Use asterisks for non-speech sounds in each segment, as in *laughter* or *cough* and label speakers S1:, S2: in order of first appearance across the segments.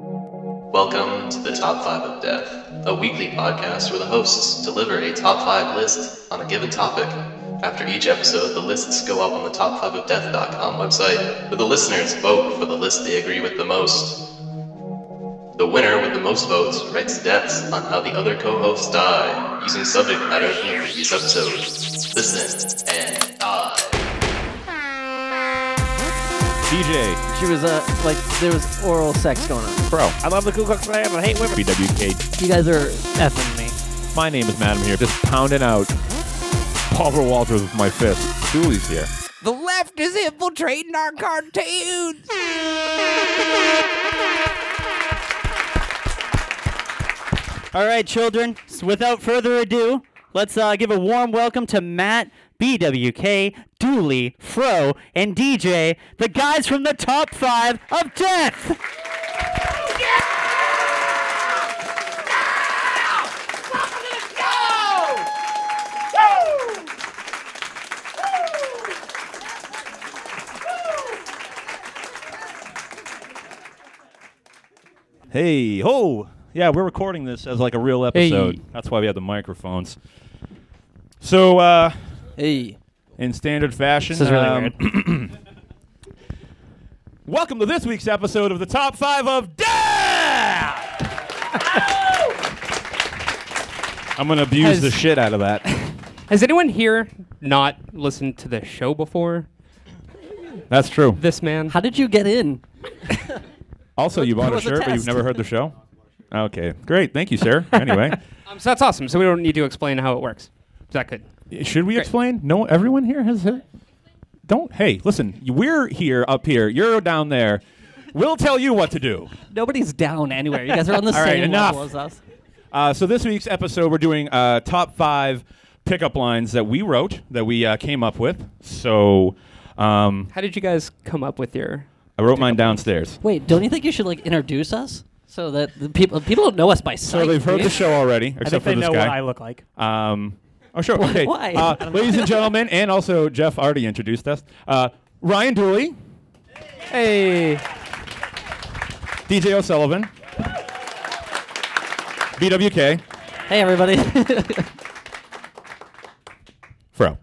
S1: Welcome to the Top 5 of Death, a weekly podcast where the hosts deliver a top 5 list on a given topic. After each episode, the lists go up on the top5ofdeath.com website, where the listeners vote for the list they agree with the most. The winner with the most votes writes deaths on how the other co hosts die, using subject matter from the previous episode. Listen and die.
S2: DJ,
S3: She was uh, like, there was oral sex going on.
S2: bro,
S4: I love the Ku Klux Klan, but I hate women.
S2: BWK.
S3: You guys are effing me.
S2: My name is Madam here, just pounding out Paul Walters with my fist. Julie's here.
S4: The left is infiltrating our
S2: Uh,
S4: cartoons.
S5: All right, children. So without further ado, let's uh, give a warm welcome to Matt, BWK, Dooley, Fro, and DJ, the guys from the top five of death.
S2: Hey, ho! Yeah, we're recording this as like a real episode.
S3: Hey.
S2: That's why we have the microphones. So, uh,
S3: Hey.
S2: in standard fashion,
S5: This is really
S2: um, *clears throat*
S4: *clears throat*
S2: welcome to this week's episode of the Top 5 of Death! I'm going to abuse
S4: Has-
S2: the shit out of that.
S5: *laughs*
S4: Has anyone here not listened to the show before?
S2: That's true.
S4: This man.
S3: How did you get in?
S2: Also, you bought a
S3: was a
S2: shirt, but you've
S3: test.
S2: never heard the show? Okay. Great. Thank you,
S3: *laughs*
S2: sir. Anyway,
S4: Um, so that's awesome. So we don't need to explain how it works. Is that good?
S2: should we explain? No, everyone here has. Don't. Hey, listen, we're here up here. You're down there. We'll tell you what to do.
S3: Nobody's down anywhere. You guys are on the
S2: *laughs* All
S3: same
S2: right, enough.
S3: level as us.
S2: Uh, so, this week's episode, we're doing uh, top five pickup lines that we wrote, that we uh, came up with. So, um,
S4: How did you guys come up with your?
S2: I wrote mine downstairs.
S3: Wait, don't you think you should like introduce us so that the people people don't know us by sight?
S2: So, they've heard the
S3: dude?
S2: show already,
S6: I
S2: except
S6: think
S2: for
S6: they
S2: this
S6: know
S2: guy.
S6: what I look like.
S2: Um, oh, sure. Okay.
S3: Why? I
S2: Uh,
S3: don't
S2: ladies and gentlemen, and also Jeff already introduced us. Uh, Ryan Dooley,
S4: Hey.
S2: DJ O'Sullivan, BWK,
S3: Hey, everybody. *laughs*
S2: Fro,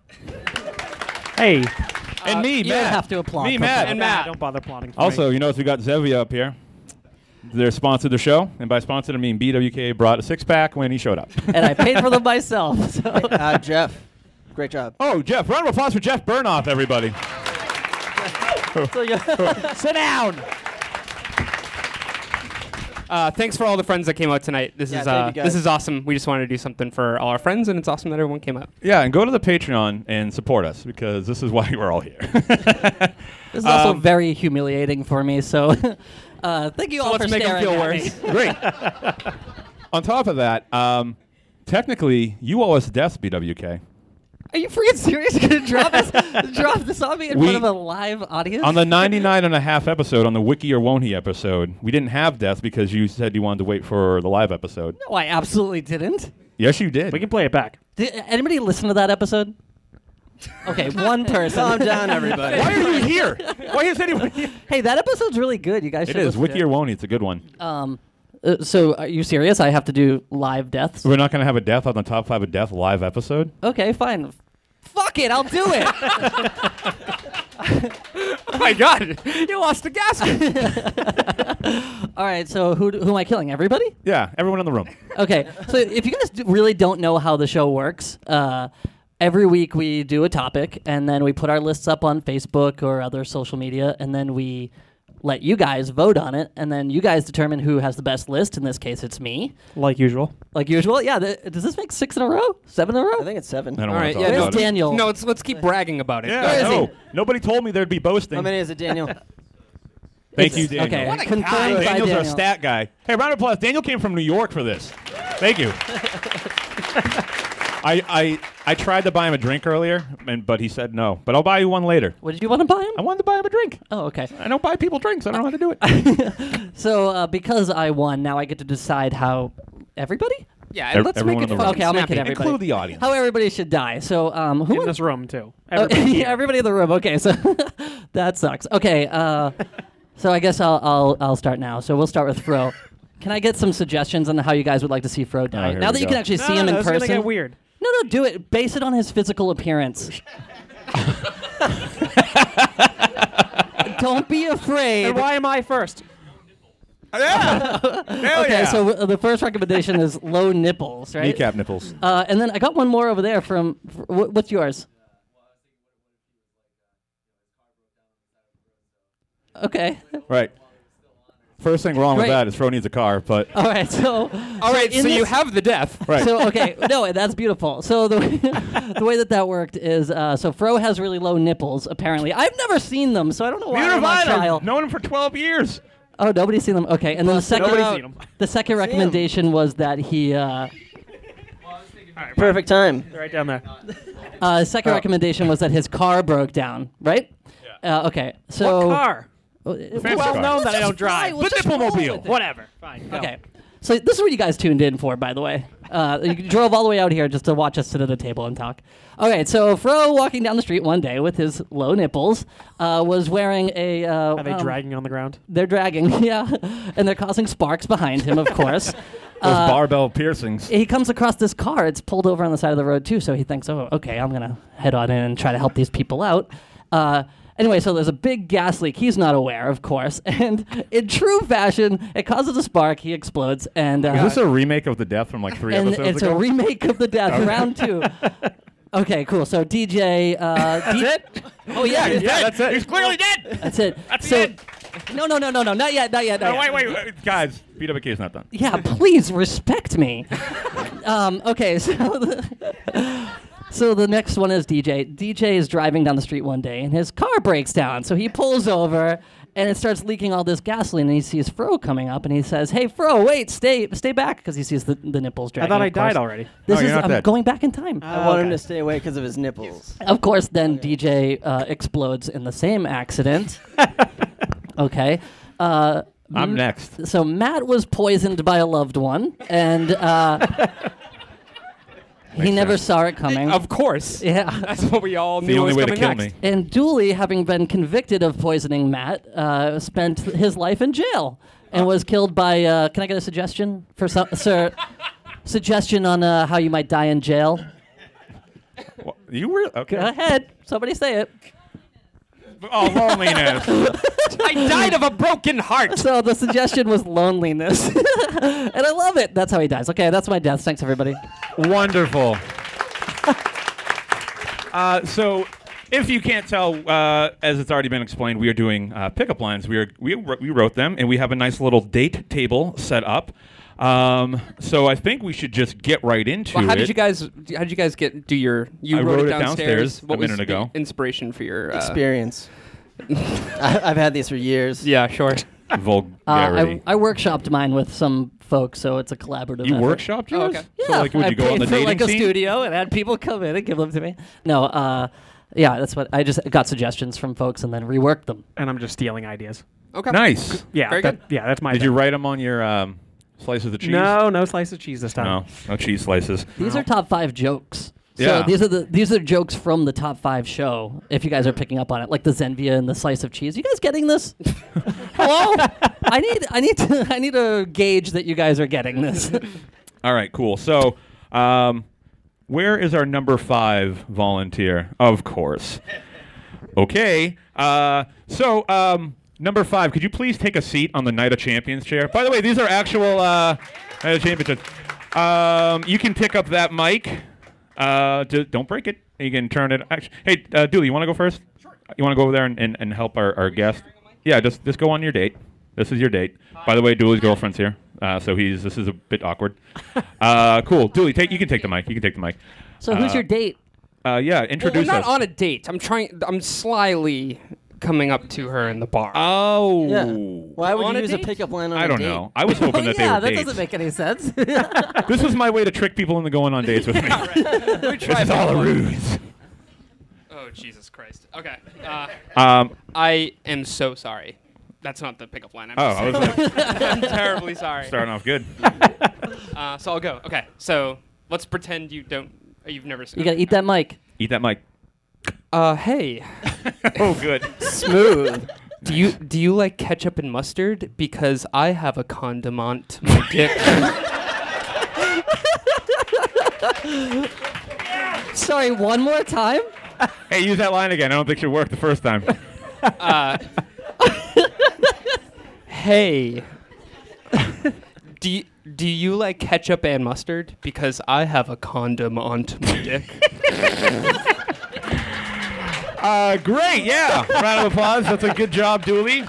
S6: Hey,
S2: and me,
S3: Uh, you
S2: Matt.
S3: have to applaud
S2: Me,
S3: for
S2: Matt.
S3: that.
S4: And
S6: Nah,
S4: Matt.
S6: don't bother plotting. For
S2: Also,
S6: me.
S2: you notice we got Zevia up here. They're sponsored the show, and by sponsored I mean BWK brought a six pack when he showed *laughs* up.
S3: and I paid for them myself. *laughs* So.
S7: uh, Jeff, great job.
S2: oh, Jeff! Round of applause for Jeff Burnoff, everybody.
S5: Sit down.
S4: Uh, thanks for all the friends that came out tonight. This
S7: Yeah,
S4: is
S7: thank
S4: uh,
S7: you guys.
S4: this is awesome. We just wanted to do something for all our friends, and it's awesome that everyone came out.
S2: Yeah, and go to the Patreon and support us because this is why we're all here. *laughs*
S3: This is
S2: Um,
S3: also very humiliating for me. So, *laughs* uh, thank you all
S4: let's
S3: for
S4: make 'em
S3: staring
S4: feel
S3: at
S4: worse.
S3: me.
S2: Great. On top of that, um, technically, you owe us deaths, BWK.
S3: Are you freaking serious? You're gonna drop this,
S2: *laughs*
S3: drop this on me in
S2: We-
S3: front of a live audience?
S2: On the 99 and a half episode, on the Wiki or Won't He episode, we didn't have deaths because you said you wanted to wait for the live episode.
S3: no, I absolutely didn't.
S2: Yes, you did.
S6: we can play
S3: *laughs*
S6: it back.
S3: Did anybody listen to that episode?
S7: *laughs*
S3: Okay, one person.
S7: Calm down, everybody.
S2: Why are you here? Why is anyone here?
S3: Hey, that episode's really good. You guys
S2: It
S3: should.
S2: is.
S3: listen
S2: Wiki
S3: to
S2: or
S3: it.
S2: Won't He. It's a good one.
S3: Um, uh, so are you serious? I have to do live deaths.
S2: We're not going to have a death on the top five of death live episode.
S3: Okay, fine. Fuck it, I'll do it.
S4: Oh my God! You lost the gasket.
S3: All right. So who d- who am I killing? Everybody?
S2: Yeah, everyone in the room.
S3: Okay. So if you guys d- really don't know how the show works, uh, every week we do a topic and then we put our lists up on Facebook or other social media and then we let you guys vote on it and then you guys determine who has the best list. In this case, it's me.
S6: Like usual.
S3: like usual. Yeah, th- does this make six in a row? Seven in a row?
S7: I think it's seven.
S2: I don't
S7: How
S4: All
S2: want
S4: right,
S2: to
S4: yeah,
S2: talk
S3: Where's
S2: about it.
S3: Daniel?
S4: no, let's let's keep bragging about it.
S2: Yeah,
S3: Where is
S2: no.
S3: he?
S2: Nobody told me there'd be boasting.
S7: many is
S2: *laughs*
S7: it, Daniel?
S2: Thank you, Daniel.
S3: Okay,
S4: What a
S3: confirmed
S4: guy.
S3: by
S2: Daniel's
S3: Daniel.
S2: our stat guy. Hey, round of applause. Daniel came from New York for this. Thank
S3: *laughs*
S2: you. I, I I tried to buy him a drink earlier, and but he said no. But I'll buy you one later.
S3: What did you want to buy him?
S2: I wanted to buy him a drink.
S3: oh, okay.
S2: I don't buy people drinks. I don't know how to do
S3: *laughs*
S2: it.
S3: So uh, because I won, now I get to decide how everybody,
S4: Yeah,
S2: Ev-
S4: and let's make
S2: everyone
S4: it
S2: in the room.
S4: fucking
S3: Okay, I'll make it
S4: snappy.
S3: everybody.
S2: Include the audience.
S3: how everybody should die. So um, who?
S6: In
S3: won-
S6: this room too.
S3: *laughs* Oh, *laughs*
S6: Everybody
S3: yeah,
S6: here.
S3: *laughs* everybody in the room. Okay, so that sucks. Okay, uh, So I guess I'll, I'll I'll start now. So we'll start with
S6: *laughs*
S3: Fro. Can I get some suggestions on how you guys would like to see Fro die?
S2: Oh, here
S3: now
S2: we
S3: that you
S2: go.
S3: can actually see him
S2: Ah,
S3: in
S6: it's gonna
S3: person.
S6: get weird.
S3: No, no, do it. Base it on his physical
S6: *laughs*
S3: appearance. Don't be afraid.
S6: And why am I first?
S3: *laughs*
S2: Yeah. Hell
S3: okay,
S2: yeah.
S3: so uh, the first recommendation is low nipples, right?
S2: kneecap nipples.
S3: Uh, and then I got one more over there from. fr- wh- what's yours? Okay. *laughs*
S2: right. First thing wrong with
S3: Great.
S2: that is Fro needs a car, but
S3: All right. So.
S4: All right, so,
S3: in
S4: you
S3: this-
S4: have the death.
S2: right.
S3: So okay, no, that's beautiful. So the way, *laughs* the way that that worked is uh, so Fro has really low nipples. Apparently, I've never seen them, so I don't know why I'm on trial.
S2: known him for 12 years.
S3: Oh, nobody's seen them. Okay, and then the second
S6: Nobody's seen 'em.
S3: the
S6: *laughs*
S3: second recommendation was that he uh,
S7: Perfect time.
S6: Right down there.
S3: uh, second
S6: Oh.
S3: recommendation was that his car broke down. Right. Yeah. Uh, okay. So
S6: Car.
S2: Fancy
S6: well
S2: car.
S6: known
S3: Let's
S6: that I
S3: just
S6: don't drive.
S3: fly, let's
S6: But
S3: just roll
S2: Nipple-mobile.
S3: with it.
S6: Whatever. Fine. go.
S3: Okay. So this is what you guys tuned in for, by the way. Uh, you drove all the way out here just to watch us sit at a table and talk. All right. So Fro walking down the street one day with his low nipples uh, was wearing a. Uh,
S6: Are they
S3: um,
S6: dragging on the ground?
S3: They're dragging, *laughs* yeah, and they're causing sparks behind him, of
S6: *laughs*
S3: course.
S2: Those
S3: Uh,
S2: barbell piercings.
S3: he comes across this car. It's pulled over on the side of the road too. So he thinks, oh, okay, I'm gonna head on in and try to help these people out. Uh, anyway, so there's a big gas leak. He's not aware, of course, *laughs* and in true fashion, it causes a spark. He explodes, and
S2: Is
S3: uh,
S2: this a remake of the death from like three
S3: and
S2: episodes
S3: it's
S2: ago?
S3: a remake of the death round two. Okay, cool. So DJ, uh, that's it. Oh yeah,
S2: yeah, that's it.
S4: He's
S3: *laughs*
S4: clearly dead.
S3: that's it.
S4: That's
S3: so,
S4: the end.
S3: no, no, no, no, no, not yet, not yet, not yet.
S2: wait, wait, wait, guys. BWK is not done.
S3: Yeah, please respect me. um, okay, so *laughs* the, so the next one is DJ. DJ is driving down the street one day and his car breaks down. So he pulls over and it starts leaking all this gasoline and he sees Fro coming up and he says, "Hey Fro, wait, stay stay back" because he sees the, the nipples
S6: I
S3: dragging.
S6: thought
S3: of
S6: I died
S3: course.
S6: already. Oh,
S2: No,
S3: This is
S2: you're not
S3: I'm
S2: dead.
S3: going back in time.
S7: I want him
S6: okay.
S7: to stay away because of his nipples.
S3: Of course, then DJ uh, explodes in the same
S6: *laughs*
S3: accident. okay. Uh,
S2: I'm next.
S3: so Matt was poisoned by a loved one,
S2: *laughs*
S3: and uh, he never saw it coming.
S4: *laughs* Of
S3: *laughs*
S4: course.
S3: yeah.
S4: That's what we all knew
S2: The only
S4: was
S2: way to
S4: coming
S2: kill
S4: next.
S2: me.
S3: And Dooley, having been convicted of poisoning Matt, uh, spent his life in jail and was killed by. Uh, can I get a suggestion for some, sir? Suggestion on uh, how you might die in jail?
S2: Wha- You were okay.
S3: Go ahead. Somebody say it.
S2: Oh,
S3: *laughs*
S2: loneliness.
S4: I died of a broken *laughs* heart.
S3: So the suggestion was loneliness. *laughs* and I love it. That's how he dies. Okay, that's my death. Thanks, everybody.
S2: Wonderful. *laughs* uh, so, if you can't tell, uh, as it's already been explained, we are doing uh, pickup lines. We are we wr- we wrote them, and we have a nice little date table set up. Um, so I think we should just get right into
S4: Well, how
S2: it.
S4: did you guys? How did you guys get do your? You
S2: I wrote it downstairs a
S4: What was
S2: minute
S4: the
S2: ago.
S4: Inspiration for your
S2: *laughs*
S4: uh,
S7: Experience. I, I've had these for years.
S4: Yeah, sure.
S3: Uh,
S2: vulgarity?
S3: I, I workshopped mine with some folks, so it's a collaborative.
S2: you
S3: effort.
S2: workshopped yours?
S4: okay.
S3: Oh, Yeah,
S2: So like, would
S3: I
S2: you go on
S3: paid
S2: the
S3: for
S2: dating
S3: like a
S2: scene?
S3: studio and had people come in and give them to me. No, uh, yeah, that's what I just got suggestions from folks and then reworked them.
S6: And I'm just stealing ideas.
S4: Okay.
S2: Nice.
S6: Yeah.
S4: Very
S6: that-
S4: good.
S6: Yeah, that's my.
S2: Did
S6: thing.
S2: you write them on your um, slice of the cheese?
S6: No, no slice of cheese this time.
S2: No, no cheese slices.
S3: These are top five jokes. So
S2: Yeah.
S3: these are the these are jokes from the top five show. If you guys are picking up on it, like the Zenvia and the slice of cheese, you guys getting this?
S2: *laughs*
S3: Hello, I need I need to I need to gauge that you guys are
S2: *laughs*
S3: getting this.
S2: All right, cool. So, um, where is our number five volunteer? Of course. Okay. Uh, so, um, number five, could you please take a seat on the Knight of Champions chair? By the way, these are actual uh, Knight of Champions. chairs. Um, you can pick up that mic. Uh, d- don't break it. You can turn it. Actually, hey, uh, Dooley, you want to go first? Sure. You want to go over there and, and, and help our, our guest? Yeah, just just go on your date. This is your date. By the way, Dooley's girlfriend's here, uh, so he's this is a bit awkward. uh, cool, Dooley, take you can take the mic. You can take the mic.
S3: So who's
S2: Uh,
S3: your date?
S2: Uh, yeah,
S4: Well, we're
S2: introduce
S4: not
S2: us.
S4: on a date. I'm trying. I'm slyly coming up to her in the bar. *laughs*
S2: oh,
S7: Yeah. Why would
S4: On
S7: you
S4: a
S7: use
S4: date?
S7: a pickup line on
S2: I
S7: a
S2: don't
S7: date?
S2: know. I was hoping
S3: *laughs*
S2: that
S3: Oh, yeah,
S2: they
S3: that
S2: were dates.
S3: doesn't make any
S2: *laughs*
S3: sense.
S2: This was my way to trick people into going on dates
S3: *laughs*
S2: with me. This is all a ruse.
S4: oh Jesus Christ. Okay. Uh,
S2: Um,
S4: I am so sorry. That's not the pickup line. I'm,
S2: oh, I was
S3: *laughs*
S2: like,
S4: *laughs* I'm terribly sorry.
S2: starting off good.
S4: Uh, so I'll go. Okay. So let's pretend you don't. uh, You've never seen.
S3: you gotta eat that mic. *laughs*
S2: Eat that mic.
S4: Uh, hey.
S2: Oh, good.
S7: Smooth.
S4: Do you do you like ketchup and mustard? Because I have a condiment, my dick.
S3: Sorry, one more time?
S2: Hey, use that line again. I don't think she worked the first time.
S4: hey, do you, do you like ketchup and mustard? Because I have a condom on my dick.
S2: Uh, great, yeah. Round of applause. That's a good job, Dooley.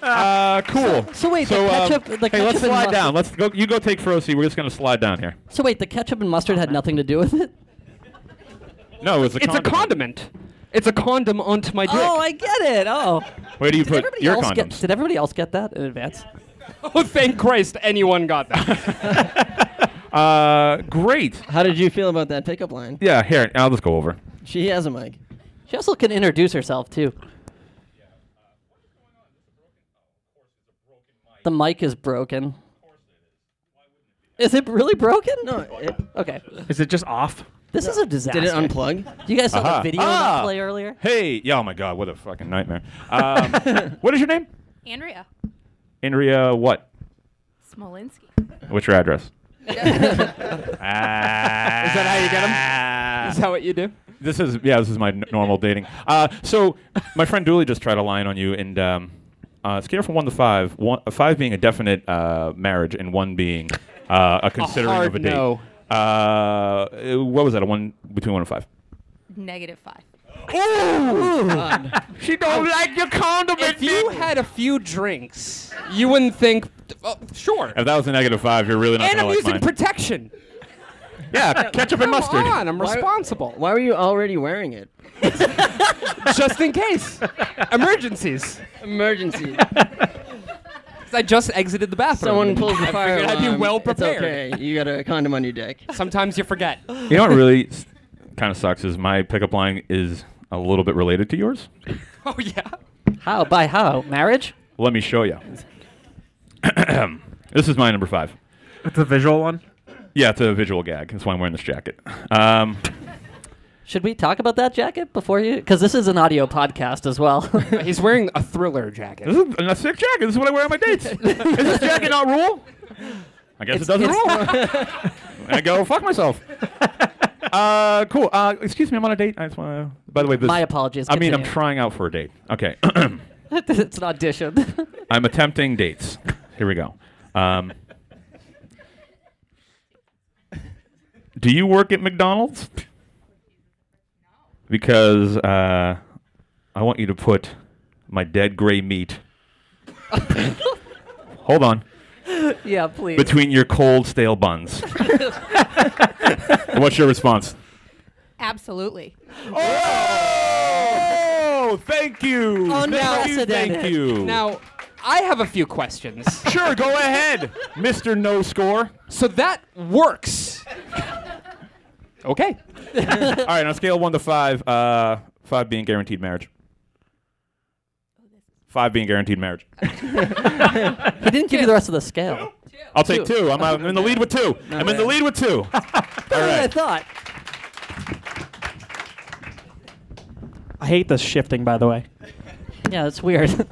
S2: Uh, cool.
S3: so wait, the
S2: um,
S3: ketchup- the
S2: hey, let's
S3: ketchup and
S2: slide
S3: mustard-
S2: down. Let's go. You go take Feroci. We're just gonna slide down here.
S3: So wait, the ketchup and mustard had nothing to do with it?
S2: No, it's a
S4: It's a
S2: condom.
S4: condiment. It's a condom onto my dick.
S3: Oh, I get it. Oh.
S2: Where do you
S3: Did
S2: put
S3: everybody,
S2: your
S3: else
S2: condoms?
S3: get, did everybody else get that in advance?
S4: oh, thank Christ, anyone got that.
S2: uh, great.
S7: How did you feel about that pickup line?
S2: Yeah, here. I'll just go over.
S7: She has a mic.
S3: She also can introduce herself, too. The mic is broken. Is it really broken?
S7: No, it,
S3: Okay.
S6: Is it just off?
S3: This is a disaster.
S7: did it unplug?
S3: You guys saw
S2: Aha.
S3: the video
S2: Ah!
S3: that play earlier?
S2: Hey, yeah, oh my God, what a fucking nightmare.
S4: *laughs*
S2: Um, what is your name?
S8: Andrea
S2: Andrea, what?
S8: Smolinski.
S2: What's your
S4: *laughs*
S2: address? Ah.
S4: Is that how you get 'em? Is that what you do?
S2: This is yeah. This is my n- normal dating. Uh, so my friend Dooley just tried a line on you, and um, uh, scale from one to five. One, uh, five being a definite uh, marriage, and one being uh, a considering of
S4: hard
S2: a date.
S4: no.
S2: Uh, uh, what was that? A one between one and five.
S8: Negative five.
S2: She don't like your condom.
S4: If you had a few drinks, you wouldn't think. Oh, sure.
S2: If that was a negative five, you're really not
S4: And
S2: gonna
S4: I'm
S2: like
S4: using
S2: mine.
S4: protection.
S2: yeah, ketchup and
S4: Come
S2: mustard.
S4: on, I'm responsible.
S7: Why were you already wearing it?
S4: just in case. Emergencies.
S7: Emergency.
S4: 'Cause I just exited the
S7: *laughs*
S4: bathroom.
S7: Someone pulls the
S4: *laughs* I
S7: fire
S4: figured I'd be
S7: alarm.
S4: well
S7: It's
S4: prepared.
S7: okay. You got a condom on your dick.
S4: Sometimes you forget. *laughs*
S2: You know what really kind of sucks is my pickup line is a little bit related to yours.
S4: Oh yeah.
S3: How? By how? Marriage?
S2: Let me show you. *clears throat* this is my number five.
S6: It's a visual one.
S2: Yeah, it's a visual gag. That's why I'm wearing this jacket. Um,
S3: Should we talk about that jacket before you? Because this is an audio podcast
S2: *laughs*
S3: as well.
S4: He's wearing a thriller jacket.
S2: this is a sick jacket. This is what I wear on my dates. is this jacket not rule? I guess it doesn't rule. I go fuck myself. Uh, cool. Uh, excuse me, I'm on a date. I just want to. By the way, this.
S3: *laughs* My apologies.
S2: I mean, I'm
S3: Continue.
S2: trying out for a date. Okay, *clears throat*
S3: *laughs* it's an audition.
S2: *laughs* I'm attempting dates. Here we go. Um, do you work at McDonald's? Because uh, I want you to put my dead gray meat. *laughs* Hold on.
S3: yeah, please.
S2: Between your cold, stale buns. And What's your response?
S8: Absolutely.
S2: Oh, thank you.
S3: Thank you, thank
S2: Thank
S3: Unprecedented.
S2: you.
S4: *laughs* Now, I have a
S7: *laughs*
S4: few questions.
S2: sure, go ahead, Mr. No Score.
S4: so that works. okay.
S2: All right, on a scale of one to five, uh, five being guaranteed marriage. Five being guaranteed marriage.
S3: he didn't give you the rest of the scale.
S2: I'll take two. I'm, I'm in the lead with two. I'm in the lead with two. All
S3: I
S2: right.
S3: thought.
S6: I hate this shifting, by the way.
S3: Yeah, it's weird. *laughs*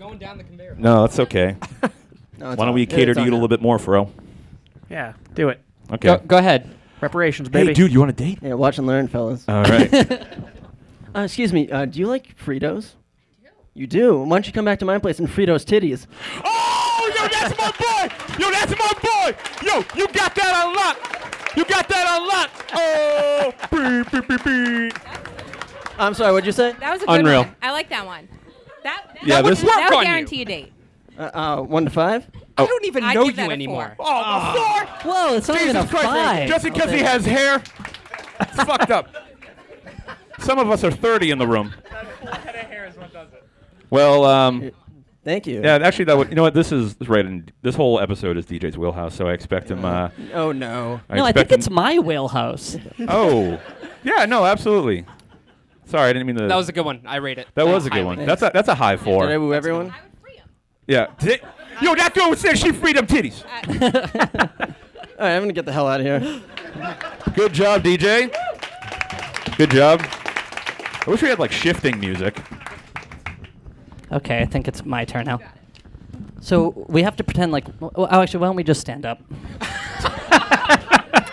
S4: Going down the conveyor.
S2: No, that's okay.
S7: No, it's
S2: Why don't
S7: on.
S2: we
S7: It's
S2: cater to
S7: on
S2: you a little
S7: now.
S2: bit more, Fro?
S6: Yeah, do it.
S2: Okay.
S4: Go, go ahead.
S6: Reparations, baby.
S2: hey, dude, you want a date?
S7: Yeah, watch and learn, fellas.
S2: All right.
S7: Uh, excuse me. Uh, do you like Fritos? You do. Why don't you come back to my place and Fritos titties?
S2: oh, yo, that's my boy. Yo, that's my boy. Yo, you got that unlocked. You got that unlocked. Oh, beep, beep, beep, beep.
S7: I'm sorry. What'd you say?
S8: That was a good
S2: Unreal.
S8: one. I like that one. That, that
S2: Yeah,
S8: would,
S2: this-
S8: that
S4: Work
S8: would
S4: on you.
S8: guarantee a date.
S7: Uh, uh, one to five.
S4: I don't even
S8: I'd
S4: know
S8: give that
S4: you
S8: a
S4: anymore.
S8: four.
S2: Oh, four.
S3: Whoa, it's not even a
S2: Jesus Christ,
S3: five.
S2: Just because he has hair, it's fucked up. Some of us are 30 in the room. Well, um,
S7: Thank you.
S2: yeah, actually, that would, you know what? This is right in this whole episode is DJ's wheelhouse, so I expect him. Uh,
S7: Oh no.
S2: I
S3: no, I
S2: expect
S3: think it's
S2: him-
S3: my wheelhouse. *laughs*
S2: oh, yeah, no, absolutely. Sorry, I didn't mean to.
S4: That was a good one. I rate it.
S2: that was a good
S4: highly.
S2: one. That's a that's a high four.
S7: Did I woo everyone?
S8: I would free him.
S2: yeah. Did- Yo, that girl said she freed them titties.
S7: All right, I'm gonna get the hell out of here.
S2: Good job, DJ. Good job. I wish we had like shifting music.
S3: Okay, I think it's my turn now. So we have to pretend like. w- w- Oh, actually, why don't we just
S2: *laughs*
S3: stand up?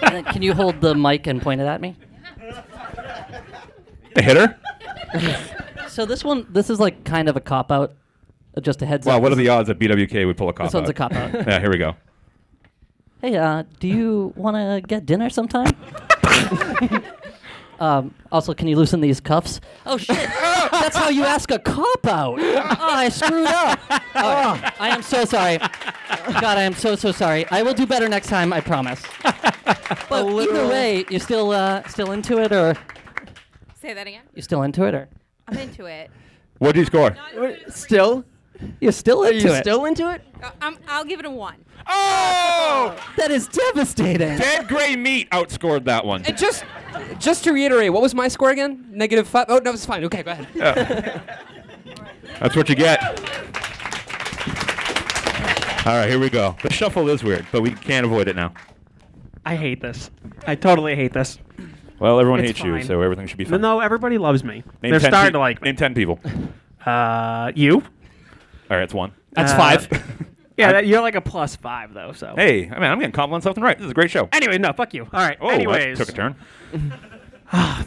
S3: And then
S4: *laughs*
S3: Can you hold the mic and point it at me?
S2: The hitter?
S3: So this one, this is like kind of a cop out. Uh, Just a heads
S2: Wow,
S3: up.
S2: what are the odds that BWK would pull a cop
S3: This one's
S2: out?
S3: a cop
S2: *laughs*
S3: out.
S2: yeah, here we go.
S3: Hey, uh, do you want to get dinner *laughs* sometime? um, also, can you loosen these cuffs? Oh shit! That's how you ask a cop out. Oh, I screwed up. Oh, I am so sorry. God, I am so so sorry. I will do better next time. I promise. But either way, you still uh, still into it, or
S8: Say that again.
S3: you still into it, or
S8: I'm into it.
S2: What did you score?
S7: Wait, Still?
S3: you're still
S7: Are
S3: into
S7: you
S3: it.
S7: still into it?
S8: Uh, I'm, I'll give it a
S9: *laughs*
S8: one.
S2: Oh!
S3: that is devastating.
S2: Dead Gray Meat outscored that one. *laughs*
S4: And just, just to reiterate, what was my score again? Negative five. Oh no, it's fine. Okay, go
S2: *laughs*
S4: ahead.
S2: That's what you get. All right, here we go. The shuffle is weird, but we can't avoid it now.
S6: I hate this. I totally hate this.
S2: Well, everyone
S6: It's
S2: hates you,
S6: fine.
S2: so everything should be
S6: Even
S2: fine.
S6: though everybody loves me,
S2: Name
S6: they're
S2: 10
S6: starting
S2: pe-
S6: to like me.
S2: Name 10 people. All
S6: Uh, you?
S2: right, it's one.
S6: That's *laughs*
S2: five.
S6: Yeah, that, you're like a plus five though. So
S2: hey, I mean, I'm getting compliments left and right. This is a great show.
S6: Anyway, no, fuck you. All right.
S2: Oh, I
S6: anyways,
S2: took a turn.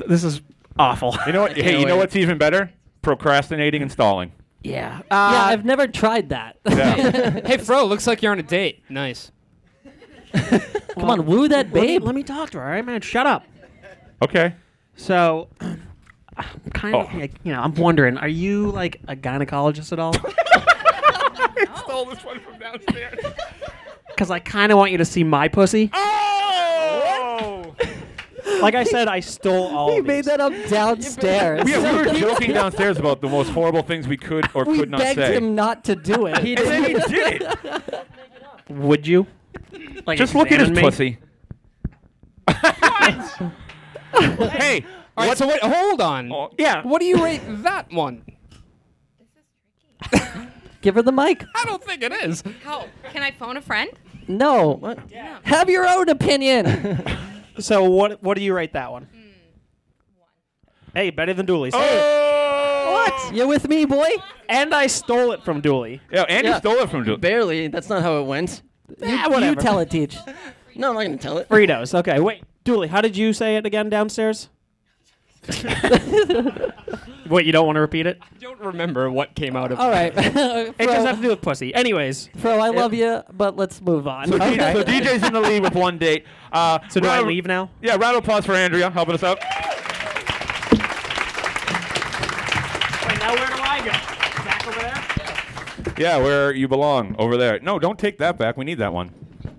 S6: this is awful.
S2: You know what? Hey, you know what's even better? Procrastinating and stalling.
S6: yeah. Uh,
S3: yeah, I've never tried that.
S2: Yeah.
S4: hey, Fro, looks like you're on a date. Nice.
S3: *laughs* Come on, woo that
S6: let me,
S3: babe.
S6: let me talk to her. All right, man. Shut up.
S2: Okay.
S6: So, I'm kind of
S2: Oh.
S6: like you know, I'm wondering, are you like a gynecologist at all? *laughs*
S2: Stole this one from downstairs.
S6: Because I kind of want you to see my pussy.
S2: Oh!
S6: Like I said, I stole
S2: *laughs*
S6: all.
S3: You
S6: of
S3: made
S6: these.
S3: that up *laughs* downstairs.
S2: We, we were joking downstairs about the most horrible things we could or
S3: We
S2: could not
S3: begged
S2: say.
S3: him not to do it.
S2: and then he did it.
S6: *laughs* Would you? Like,
S2: Just look at his
S6: examine me?
S2: pussy. hey,
S4: All right, so wait, hold on.
S2: Oh,
S6: Yeah.
S4: What do you rate that one?
S3: Give her the mic.
S4: I don't think it is.
S8: How? Oh, Can I phone a friend?
S3: No. Have your
S2: *laughs*
S3: own opinion.
S6: So what? What do you rate that one? Hey, better than Dooley's. Hey,
S2: oh!
S3: you with me, boy?
S6: and I stole it from Dooley.
S2: Yeah, Andy
S7: Yeah.
S2: stole it from. Ju-
S7: Barely. That's not how it went.
S6: Yeah,
S3: You
S6: whatever.
S3: tell it, Teach.
S7: No, I'm not gonna tell it.
S6: Fritos. Okay, wait, Dooley, how did you say it again *laughs* downstairs? Wait, you don't want to repeat it?
S4: I don't remember what came out of
S3: All right. *laughs*
S6: It doesn't have
S3: Fro,
S6: to do with pussy. Anyways,
S3: Fro, I love you, but let's move on.
S2: So, D- *laughs* so DJ's in the lead with one date. Uh,
S6: so do I
S2: round-
S6: leave now?
S2: Yeah, round of applause for Andrea helping us out.
S6: Wait, now where do I go? Back over there?
S2: Yeah, where you belong over there. No, don't take that back. We need that one.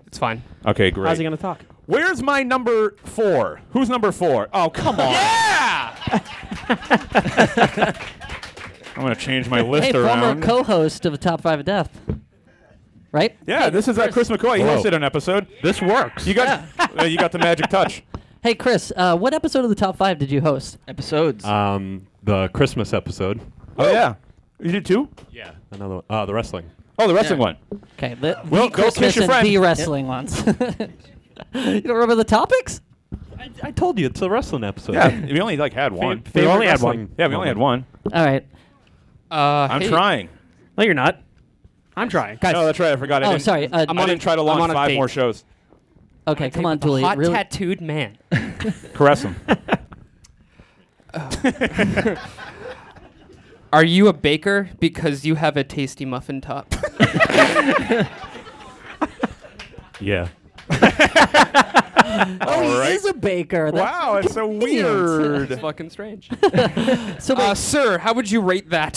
S4: It's fine.
S2: Okay, great.
S6: How's he gonna talk?
S2: Where's my number four? Who's number four? Oh, come on.
S4: Yeah.
S2: *laughs* I'm gonna change my list
S3: hey, former
S2: around.
S3: co-host of Top Five of Death. Right?
S2: yeah, this is uh, Chris McCoy. He
S9: Whoa.
S2: hosted an episode.
S9: This works.
S2: You got, uh, you got the magic touch.
S3: Hey, Chris, uh, what episode of the Top Five did you host?
S7: Episodes.
S8: Uh,
S9: um, the Christmas episode.
S2: Oh yeah, you did too.
S9: Yeah. Another one. Uh, the wrestling.
S2: Oh, the wrestling
S7: Yeah.
S2: one.
S3: Okay, the, the
S2: Well, go kiss
S3: Christmas
S2: your
S3: and
S2: friend.
S3: the wrestling ones. *laughs* you don't remember the topics?
S9: I, I told you it's the wrestling episode.
S2: Yeah, we only like had one.
S9: Favorite
S6: only had
S9: wrestling
S6: one.
S2: Yeah, we only had one.
S3: All right.
S4: Uh,
S2: I'm
S4: hey,
S2: trying.
S6: No, you're *laughs* not. I'm trying.
S4: Guys,
S2: No, that's right. I forgot. I
S3: Oh,
S2: didn't-
S3: sorry. Uh,
S4: I'm
S2: I
S4: on
S2: didn't try to
S4: I'm on
S2: launch
S4: a
S2: five
S4: date.
S2: more shows.
S3: okay, come on, Julie.
S4: Hot
S3: Really?
S4: tattooed man.
S2: Caress them.
S4: *laughs* Are you a baker because you have a tasty muffin *laughs* top?
S9: Yeah.
S3: oh, he
S2: All right.
S3: is a baker. That's
S2: Wow, it's so
S4: That's
S2: weird.
S4: fucking *laughs* strange.
S3: So wait,
S4: Uh, sir, how would you rate that?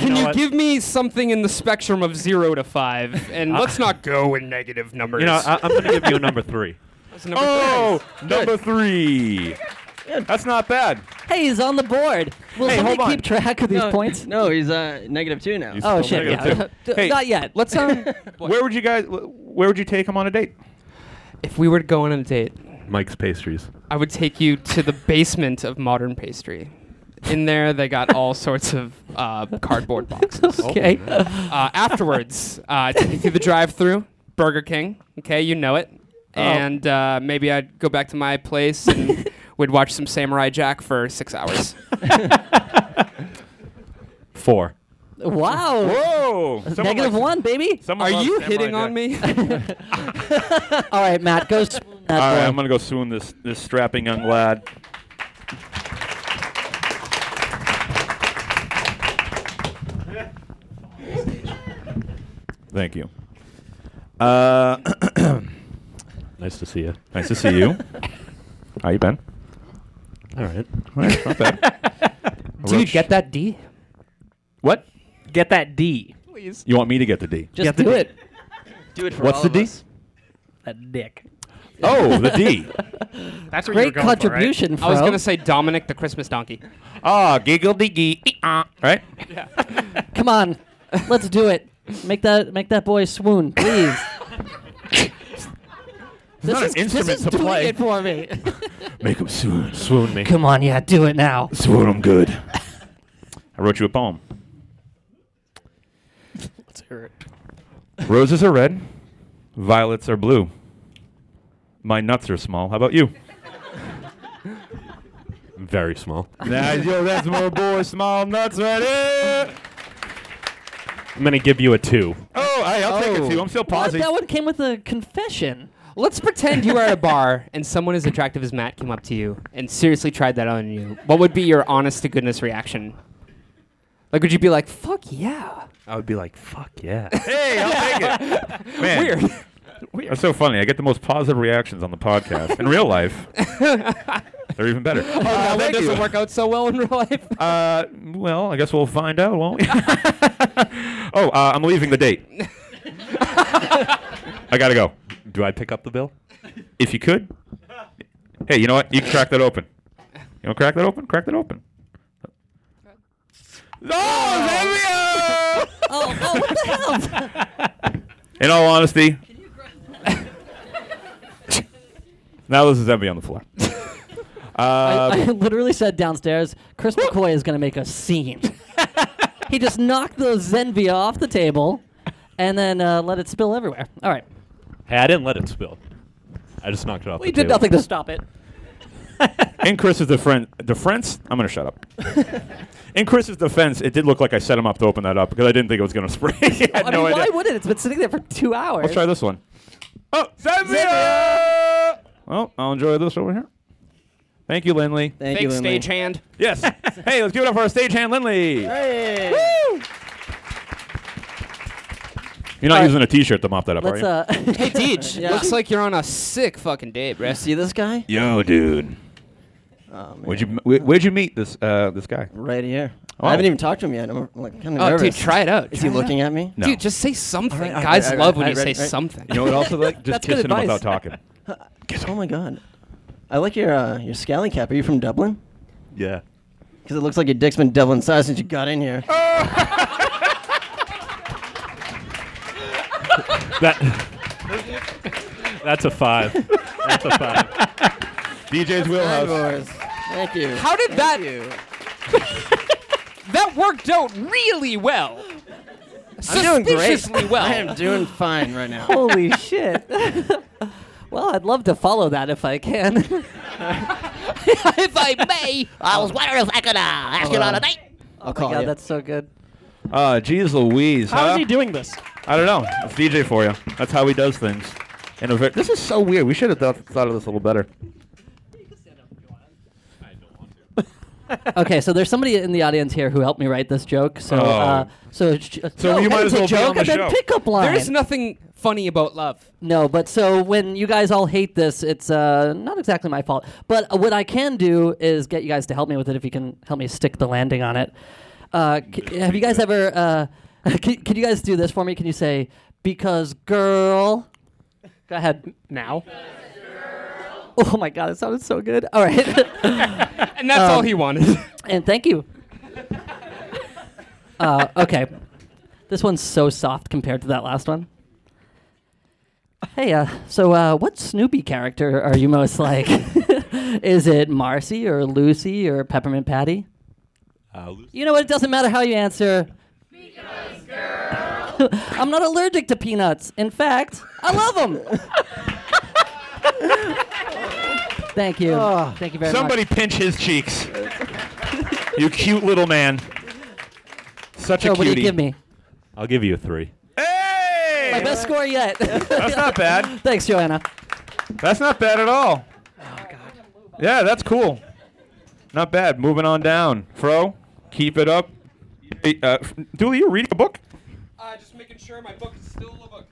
S4: Can *laughs* you,
S9: what?
S4: give me something in the spectrum of zero to five? And let's not go in negative numbers.
S9: You know, I, I'm gonna give you a number three.
S4: That's number
S2: uh, *laughs* Oh,
S4: three.
S2: number three. That's not bad.
S3: hey, he's on the board. Will
S2: Hey,
S3: somebody
S2: hold on.
S3: keep track of these
S7: no,
S3: points?
S7: No, he's uh negative two now.
S9: He's-
S3: Oh
S9: Don't
S3: shit!
S9: make it
S3: Yeah.
S9: a
S3: *laughs* D-
S2: Hey,
S3: Not yet.
S4: Let's
S2: *laughs*
S4: *laughs* um,
S2: Where would you guys? Where would you take him on a date?
S4: if we were to go on a date,
S9: Mike's pastries.
S4: I would take you to the basement of Modern Pastry. In there, they got all sorts of uh, cardboard
S2: Oh. *laughs*
S4: boxes.
S3: okay.
S4: Uh, afterwards, uh, I'd take you through the drive-through, Burger King. Okay, you know it.
S2: Oh.
S4: And uh, maybe I'd go back to my
S2: *laughs*
S4: place and we'd watch some Samurai Jack for six hours.
S9: Four.
S3: Wow.
S2: Whoa. Someone
S3: Negative
S2: likes-
S3: one, baby.
S2: someone
S4: Are
S2: loves
S4: you
S2: Samurai
S4: hitting on
S2: Jack.
S4: me?
S3: *laughs*
S2: *laughs*
S3: All right, Matt, go. Spoon that
S2: All
S3: boy.
S2: right, I'm gonna go swoon this this strapping young lad. Thank you. Uh,
S9: Nice to see you.
S2: *clears throat* nice to see you. How you been?
S9: All right.
S2: All right, not bad.
S4: Do you get that D?
S2: What?
S5: Get that D.
S2: You want me to get the D?
S3: Just do it.
S7: Do it for
S2: What's
S7: all
S2: the
S7: of
S2: D?
S7: us.
S5: That dick.
S2: Oh, the D.
S6: That's
S3: Great
S6: what you were going for, right?
S3: contribution,
S4: I was
S3: Fro.
S4: gonna say Dominic the Christmas donkey.
S2: *laughs* Ah, giggle diggy. Uh, right?
S3: Come
S4: *laughs*
S3: on, let's do it. Make that make that
S2: *laughs*
S3: boy swoon, please. this
S2: not
S3: is,
S2: an instrument
S3: this is
S2: to
S3: doing
S2: play.
S3: it
S2: *laughs*
S3: for me.
S2: Make him swoon.
S9: Swoon me.
S3: Come on, yeah, do it now.
S2: Swoon him good. *laughs* I wrote you a poem.
S4: Let's hear it.
S2: Roses are red, violets are blue. My nuts are small. How about you?
S9: Very small.
S2: nah, yo, that's my boy, small nuts right here.
S9: I'm gonna give you a two.
S2: Oh, hey, I'll take it too. I'm still
S3: What?
S2: pausing.
S3: That one came with a confession.
S4: Let's pretend you were at a *laughs* bar and someone as attractive as Matt came up to you and seriously tried that on you. What would be your honest to goodness reaction? Like, would you be like, "Fuck yeah"?
S9: I would be like, fuck yeah.
S2: Hey, I'll take *laughs* it. Man,
S4: Weird. *laughs*
S2: That's so funny. I get the most positive reactions on the podcast. In real
S4: *laughs*
S2: life, they're even better.
S4: Oh,
S2: Uh,
S4: no, that
S2: thank you.
S4: doesn't work out so well in real *laughs* life.
S2: Uh, well, I guess we'll find out, won't we? *laughs* oh, uh, I'm leaving the
S4: *laughs*
S2: date. I gotta go.
S9: Do I pick up the bill?
S2: If you could, hey, you know what? You can crack that open. You know, crack that open. Crack that open. No, *laughs* Xavier!
S3: Oh, oh, what the
S2: *laughs*
S3: hell?
S2: In all honesty, *laughs* now this is Envy on the
S9: *laughs*
S2: floor.
S3: I
S2: Uh,
S3: literally said downstairs, Chris McCoy is going to make a scene. he just knocked the Zenvia off the table and then uh, let it spill everywhere. All right.
S9: Hey, I didn't let it spill. I just knocked it off.
S3: We
S9: the
S3: did
S9: table.
S3: nothing to stop it.
S2: in Chris's defense, defense, I'm gonna shut
S3: *laughs*
S2: up. In Chris's defense, it did look like I set him up to open that up because I didn't think it was gonna *laughs* spray. I had
S3: I mean,
S2: no
S3: why
S2: idea.
S3: would it? It's been sitting there for two hours.
S2: Let's try this one. Oh, Zambia! Well, I'll enjoy this over here. Thank you, Lindley.
S7: Thank
S4: Fake
S7: you, Lindley.
S4: stagehand.
S3: *laughs*
S2: Yes. hey, let's give it up for our stagehand, Lindley.
S7: Hey.
S2: You're not using a T-shirt to mop that up,
S3: Let's,
S2: are you?
S3: uh, *laughs* hey,
S7: Deej. Yeah.
S4: Looks like you're on a sick fucking day, bro. *laughs*
S7: You see this guy?
S2: Yo, dude.
S7: Oh, man.
S2: Where'd you wh- Where'd you meet this uh, this guy?
S7: Right here.
S2: Oh.
S7: I haven't even talked to him yet. I'm like kind of
S4: Oh,
S7: nervous.
S4: dude, try it out.
S7: Is
S4: *laughs* Try
S7: he
S4: it out.
S7: looking at me?
S2: No.
S4: Dude, just say something.
S7: All right, all
S4: Guys
S7: right, all
S4: love
S7: right,
S4: when
S7: all
S4: you
S7: right,
S4: say
S7: right.
S4: something.
S2: You know what else I
S7: *laughs*
S2: like? Just
S7: That's good
S2: kissing him without
S7: advice.
S2: talking.
S7: *laughs* Oh my god. I like your uh, your scally cap. Are you from Dublin?
S9: Yeah.
S7: Because it looks like your dick's been doubling size since you got in here.
S4: Oh,
S9: That.
S7: *laughs*
S9: That's a five. That's a five.
S2: DJ's wheelhouse.
S7: Yours. Thank you.
S4: How did that?
S7: you.
S4: *laughs* That worked out really well.
S7: I'm doing great.
S4: Suspiciously
S7: *laughs*
S4: well.
S7: I am doing fine right now.
S3: Holy shit. *laughs* well, I'd love to follow that if
S2: *laughs*
S3: I can. *laughs*
S4: if I may, I was wondering if I could uh, ask you
S7: Hold
S4: on a
S7: on.
S4: date.
S7: I'll
S3: Oh,
S7: call
S3: God,
S7: you.
S3: that's so good.
S2: Ah, jeez Louise.
S6: How
S2: huh?
S6: is he doing this?
S2: I don't know. It's DJ for you. That's how he does things. And a ver- this is so weird. We should have thought, thought of this a little better.
S3: Okay, so there's somebody in the audience here who helped me write this joke. So,
S2: Oh.
S3: uh, so, it's ju-
S2: So
S3: no,
S2: you might
S3: that
S2: as
S3: was
S2: well be on
S3: a joke
S2: the
S3: and
S2: show.
S3: then pickup line.
S4: There's nothing funny about love.
S3: No, but so when you guys all hate this, it's uh, not exactly my fault. But what I can do is get you guys to help me with it if you can help me stick the landing on it. Uh, c- have you guys ever? Uh, *laughs* can, can you guys do this for me? Can you say because girl? Go ahead.
S4: Now.
S3: Oh my god, it sounded so good. All right, *laughs*
S4: And that's all he wanted.
S3: and thank you. Uh, okay, this one's so soft compared to that last one. Hey, uh, so uh, what Snoopy character are you most like? Is it Marcy or Lucy or Peppermint Patty?
S9: Uh,
S3: You know what? It doesn't matter how you answer. Because girl. *laughs* I'm not allergic to peanuts. In fact, I love them. Thank you. Thank you very much. *laughs*
S2: Somebody pinch his cheeks. you cute little man. Such
S3: So
S2: a
S3: what do
S2: cutie.
S3: you give me?
S9: I'll give you a three.
S2: Hey!
S3: My best score yet. *laughs*
S2: That's not bad.
S3: Thanks, Joanna.
S2: That's not bad at all. Yeah, that's cool. Not bad. Moving on down. Fro, keep it up. Hey, Uh, F- Dooley, you reading a book?
S10: Uh, just making sure my book is still in the book.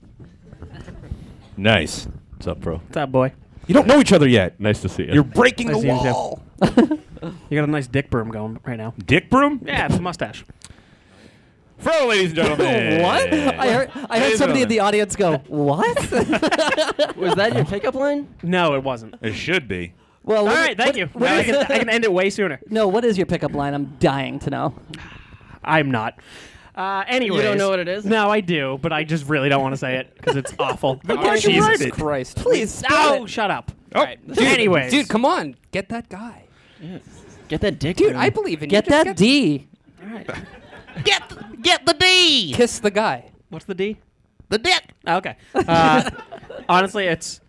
S9: Nice. What's up, bro?
S6: What's up, boy?
S2: You don't know each other yet.
S9: Nice to see you.
S2: You're breaking
S6: Nice
S2: the
S6: to meet you, too.
S2: wall.
S6: You got a nice dick broom going right now.
S2: Dick broom?
S6: Yeah, it's a mustache.
S2: Fro, ladies and gentlemen.
S3: *laughs* What? I heard, I heard
S2: Ladies and
S3: somebody in the
S2: gentlemen.
S3: audience go, What?
S6: *laughs*
S7: Was that your pickup line?
S6: No, it wasn't.
S2: It should be.
S3: well,
S6: All right, thank you. Now I, can, I can end it way sooner.
S3: No, what is your pickup line? I'm dying to know.
S6: I'm not. Uh, anyways,
S7: know what it is?
S6: No, I do, but I just really don't want to say it because it's awful.
S2: why'd you
S4: Jesus
S2: write it?
S4: Christ.
S3: Please.
S6: oh, shut up.
S2: Oh,
S4: Dude,
S6: Anyways.
S4: Dude, come on. Get that guy.
S7: Get that dick.
S4: Dude, I believe in
S3: Get
S4: you. Just
S3: that D.
S4: Kiss the guy.
S6: What's the D?
S4: The dick.
S6: Oh, okay. Uh, *laughs* honestly, it's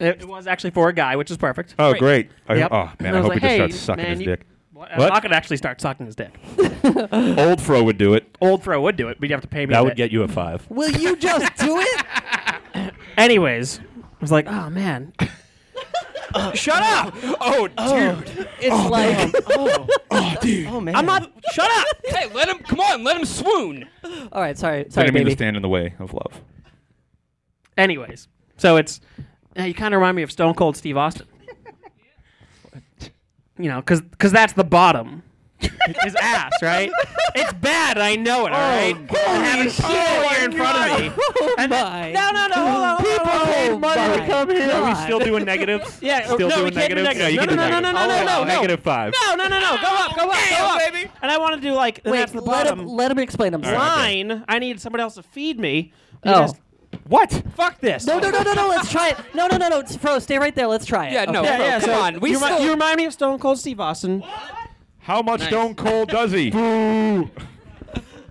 S6: it, it was actually for a guy, which is perfect.
S2: oh great. I,
S6: Yep.
S2: Oh, man,
S6: And
S2: I,
S6: I was
S2: hope he
S6: like,
S2: just
S6: "Hey,
S2: starts sucking
S6: man,
S2: his
S6: you-
S2: dick.
S6: I'm
S2: What?
S6: not gonna actually start sucking his dick.
S2: Old Fro would do it.
S6: Old Fro would do it, but you have to pay me. a
S9: that would
S6: bit.
S9: get you a five.
S3: Will you just do it?
S6: Anyways, I was like, oh man. *laughs* shut up!
S2: Oh, dude.
S3: It's like,
S6: *laughs*
S7: Oh man.
S6: I'm not. Shut up!
S4: Hey, let him. Come on. Let him swoon.
S3: all right, sorry, sorry,
S2: Didn't mean to
S3: baby.
S2: stand in the way of love.
S6: Anyways, so it's uh, you kind of remind me of Stone Cold Steve *laughs* Austin. you know, because that's the bottom. *laughs* His ass, right? It's bad. I know it. All right. I have it all here in front *laughs* of me.
S3: *laughs* Oh my.
S6: No, no, no. Hold on. People
S3: paid money to come here.
S9: Are we still doing negatives?
S6: *laughs* Yeah,
S9: Still
S6: no, we
S9: doing
S6: can't do
S9: negatives?
S6: negatives.
S9: No,
S6: No,
S9: you can
S6: no,
S9: do
S6: no, no, no,
S9: negatives.
S6: no,
S9: I'll
S6: no,
S9: allow
S6: no.
S9: Negative five.
S6: No, no, no, no. Go up, go up, go up. And I want to do like and that's
S3: Wait,
S6: the
S3: let him,
S6: bottom
S3: let him explain himself.
S6: line. I need somebody else to feed me. You
S3: Oh.
S6: guys- what? Fuck this.
S3: No, no, no, no, no. Let's try it. No, no, no, no. Fro, stay right there. Let's try it.
S4: Yeah, no.
S3: Okay.
S6: Yeah,
S4: Bro,
S6: yeah.
S4: come
S6: so
S4: on. We
S6: you, remi-
S4: still-
S6: you remind me of Stone Cold Steve Austin,
S2: How much Stone Cold does
S6: *laughs*
S2: he?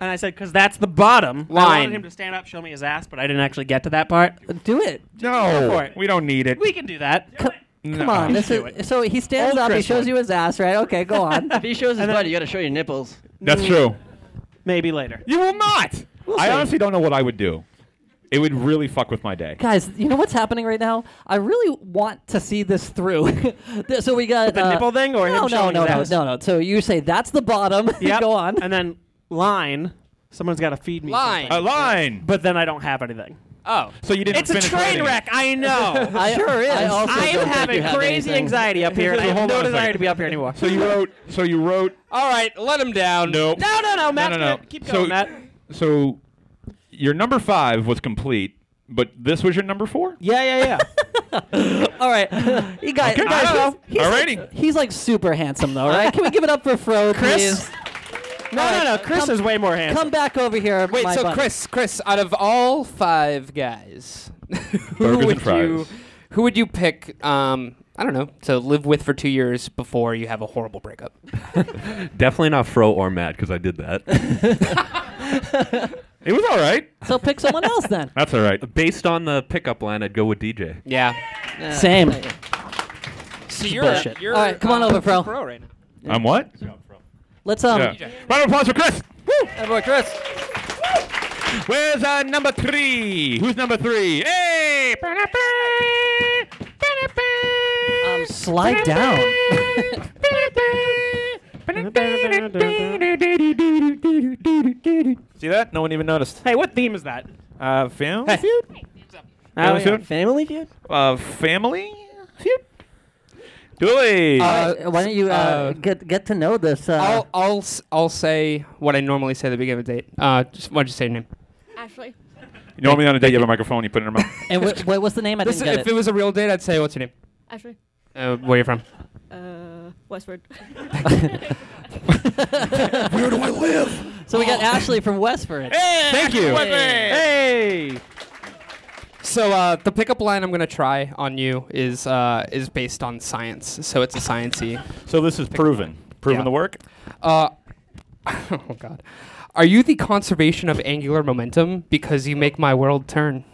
S6: and I said because that's the bottom I
S4: Line.
S6: wanted him to stand up, show me his ass, but I didn't actually get to that part.
S3: Do it.
S2: No,
S6: for it.
S2: we don't need it.
S6: We can do that.
S3: Come on. Um, This
S6: Do
S3: is, so he stands
S6: Old
S3: up. He
S6: Chris
S3: shows
S6: one.
S3: you his ass, right? Okay, go
S6: *laughs*
S3: on.
S7: If he shows his butt, you gotta show your nipples.
S6: Mm.
S2: That's true.
S6: Maybe later.
S2: You will not. I honestly don't know what I would do. It would really fuck with my day.
S3: Guys, you know what's happening right now? I really want to see this through. *laughs* Th- so we got
S6: the
S3: uh,
S6: nipple thing or him
S3: no, no,
S6: showing
S3: no,
S6: his
S3: no,
S6: ass?
S3: no, no. So you say that's the bottom. *laughs*
S6: Yep.
S3: Go on.
S6: And then line. Someone's got to feed me.
S4: Line.
S6: something.
S2: A line.
S6: But then I don't have anything.
S4: Oh.
S2: So you didn't.
S6: It's a
S2: finish
S6: train
S2: writing.
S6: wreck. I *laughs* know.
S3: I, sure is. I also
S6: I am
S3: don't think
S6: having
S3: you have
S6: crazy
S3: anything.
S6: anxiety up here, *laughs* and I
S2: Hold
S6: have no
S2: on a
S6: desire
S2: second.
S6: to be up here anymore.
S2: So you wrote. So you wrote.
S4: All right. Let him down.
S2: No.
S6: *laughs* No, no, no, Matt.
S2: no, no.
S6: Keep
S2: So-
S6: going, Matt.
S2: So your number five was complete, but this was your number four.
S6: Yeah, yeah, yeah.
S3: All right, you guys.
S2: Okay,
S3: guys,
S2: guys.
S3: he's, he's
S2: Alrighty.
S3: Like, he's like super handsome though, right? Can we give it up for Fro,
S6: Chris?
S3: please?
S6: no, no, no. Chris
S3: Come-
S6: is way more handsome.
S3: Come back over here.
S4: Wait,
S3: my
S4: so
S3: bunny.
S4: Chris, Chris, out of all five guys, *laughs*
S2: Burgers
S4: who
S2: and
S4: would you,
S2: fries.
S4: who would you pick? Um, I don't know. So live with for two years before you have a horrible breakup.
S9: Definitely not Fro or Matt because I
S2: *laughs*
S9: did that.
S2: It was all right.
S3: So pick someone else
S6: *laughs*
S3: then.
S2: That's all right.
S9: Based on the pickup line, I'd go with DJ.
S4: Yeah.
S3: Same.
S4: So you're,
S6: bullshit.
S4: you're
S3: All right, come on
S4: uh,
S3: over, Fro.
S4: Fro right now.
S2: I'm what?
S3: Let's um.
S2: Yeah. Round of applause for Chris. Woo!
S7: That boy, Chris.
S2: Where's our number three? Who's number three? Hey!
S3: Um, slide
S2: *laughs*
S3: down.
S2: See that? No one even noticed.
S6: Hey, what theme is that?
S2: Uh, film?
S6: Oh, yeah.
S7: Family feud?
S2: Uh, family? Dooley.
S3: Uh, why don't you uh,
S4: uh,
S3: get get to know this? Uh,
S4: I'll I'll s- I'll say what I normally say at the beginning of a date. Uh, just why don't you say your name?
S8: Ashley.
S2: you normally on a date you have a microphone, you put it in your mouth.
S3: and wh- what was the name? I
S4: This,
S3: didn't get
S4: if it. was a real date, I'd say what's your name?
S8: Ashley.
S4: Uh, where you from?
S8: Uh,
S9: *laughs*
S8: Westward.
S2: *laughs* Where do I live? Oh.
S3: So we got Ashley from Westford.
S2: Thank you.
S6: Hey.
S4: So uh, the pickup line I'm gonna try on you is uh, is based on science. So it's a sciency.
S2: *laughs* So this is proven. Proven
S4: Yeah.
S2: the work?
S4: Uh, *laughs* oh God. Are you the conservation of angular momentum because you make my world turn?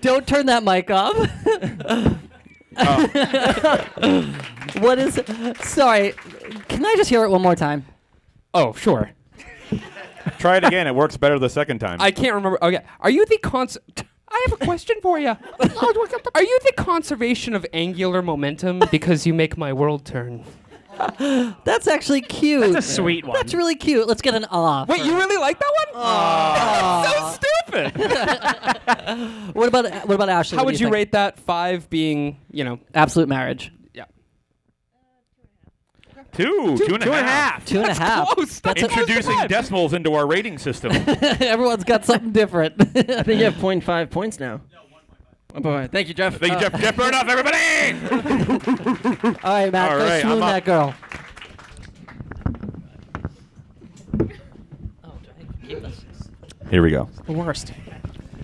S3: Don't turn that mic off.
S2: Oh.
S3: *laughs* what is? Sorry, can I just hear it one more time?
S4: Oh, sure.
S2: Try it again. It works better the second time.
S4: I can't remember. Okay, are you the cons? *laughs* I have a question for you. *laughs* are you the conservation of angular momentum because you make my world turn?
S3: That's actually cute.
S4: That's a sweet one.
S3: That's really cute. Let's get an ah.
S4: Wait, you really like that one? *laughs* That's so stupid.
S3: What about what about Ashley?
S4: How
S3: What
S4: would
S3: do
S4: you
S3: think?
S4: rate that? Five being, you know,
S3: absolute marriage?
S4: yeah.
S2: Two, two and a half.
S6: Two and a half.
S3: Two and a half.
S4: Close. That's
S3: That's
S2: Introducing decimals into our rating system.
S3: a, *laughs* everyone's got something different.
S7: I think you have 0.5 points now. Oh, boy. Thank you, Jeff.
S2: Thank you,
S4: Uh.
S2: Jeff. Jeff Burnoff, everybody!
S3: All right, Matt,
S2: All
S3: go
S2: right, I'm
S3: swoon
S2: up.
S3: that girl.
S2: Here we go.
S6: The worst.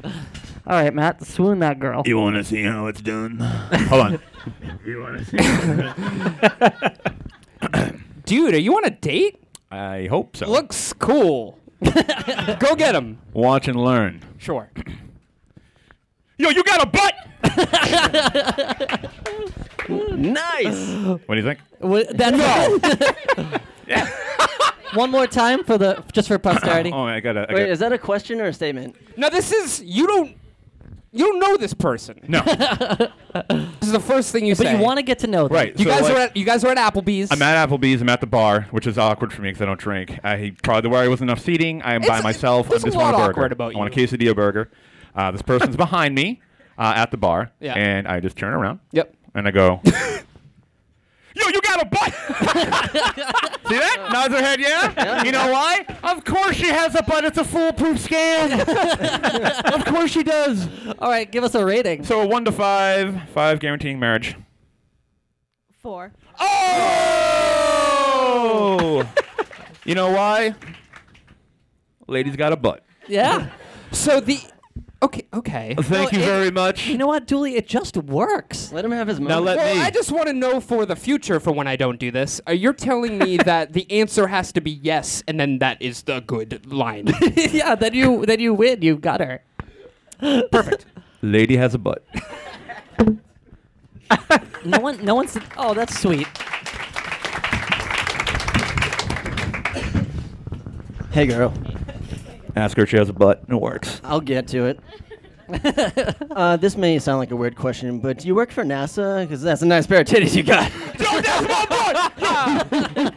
S3: All right, Matt, swoon that girl.
S2: You want to see how it's done? Hold on. you want to
S4: Dude, are you on a date?
S2: I hope so.
S4: Looks cool. Go get him.
S2: Watch and learn.
S4: Sure.
S2: Yo, you got a butt!
S7: Nice.
S2: What do you think?
S3: Wha- That's One more time for the just for posterity.
S2: Oh, I got to.
S7: Wait, is that a question or a statement?
S4: Now this is you don't you don't know this person. *laughs*
S2: No.
S4: This is the first thing you
S3: but
S4: say.
S3: you want to get to know them.
S2: Right.
S4: You
S2: so,
S4: guys
S2: like,
S4: are at you guys are at Applebee's.
S2: I'm at Applebee's. I'm at the bar, which is awkward for me because I don't drink. I probably where I was enough seating. I am by
S4: It's-
S2: myself. I
S4: there's a
S2: just want a
S4: lot
S2: burger.
S4: awkward about
S2: I want a
S4: you.
S2: quesadilla burger. Uh, this
S4: *laughs*
S2: person's behind me uh, at the bar,
S4: Yeah.
S2: and I just turn around.
S4: Yep.
S2: And I
S4: *laughs*
S2: go, Yo, you got a butt! *laughs* See that? Nods her head, yeah? You know why? Of course she has a butt. It's a foolproof scam. *laughs* of course she does.
S3: All right, give us a rating.
S2: So a one to five, five guaranteeing marriage.
S8: Four.
S2: Oh! *laughs* you know why? Lady's got a butt.
S3: yeah.
S4: So the okay okay.
S2: Thank
S3: No,
S2: you
S3: it-
S2: very much.
S3: You know what, Dooley? It just works.
S7: Let him have his moment.
S2: now let
S4: Well,
S2: me.
S4: I just want to know for the future for when I don't do this. Uh, you're telling me that the answer has to be yes, and then that is the good line.
S3: *laughs* yeah. Then you then you win. You got her.
S4: Perfect.
S2: Lady has a butt.
S3: No one no one's. Oh, that's sweet.
S7: hey, girl.
S2: *laughs* Ask her if she has a butt. It works.
S7: I'll get
S3: *laughs*
S7: to it. uh, this may sound like a weird question, but do you work for NASA? Because that's a nice pair of titties you got. *laughs*
S2: Yo, that's my
S4: *laughs*
S2: butt!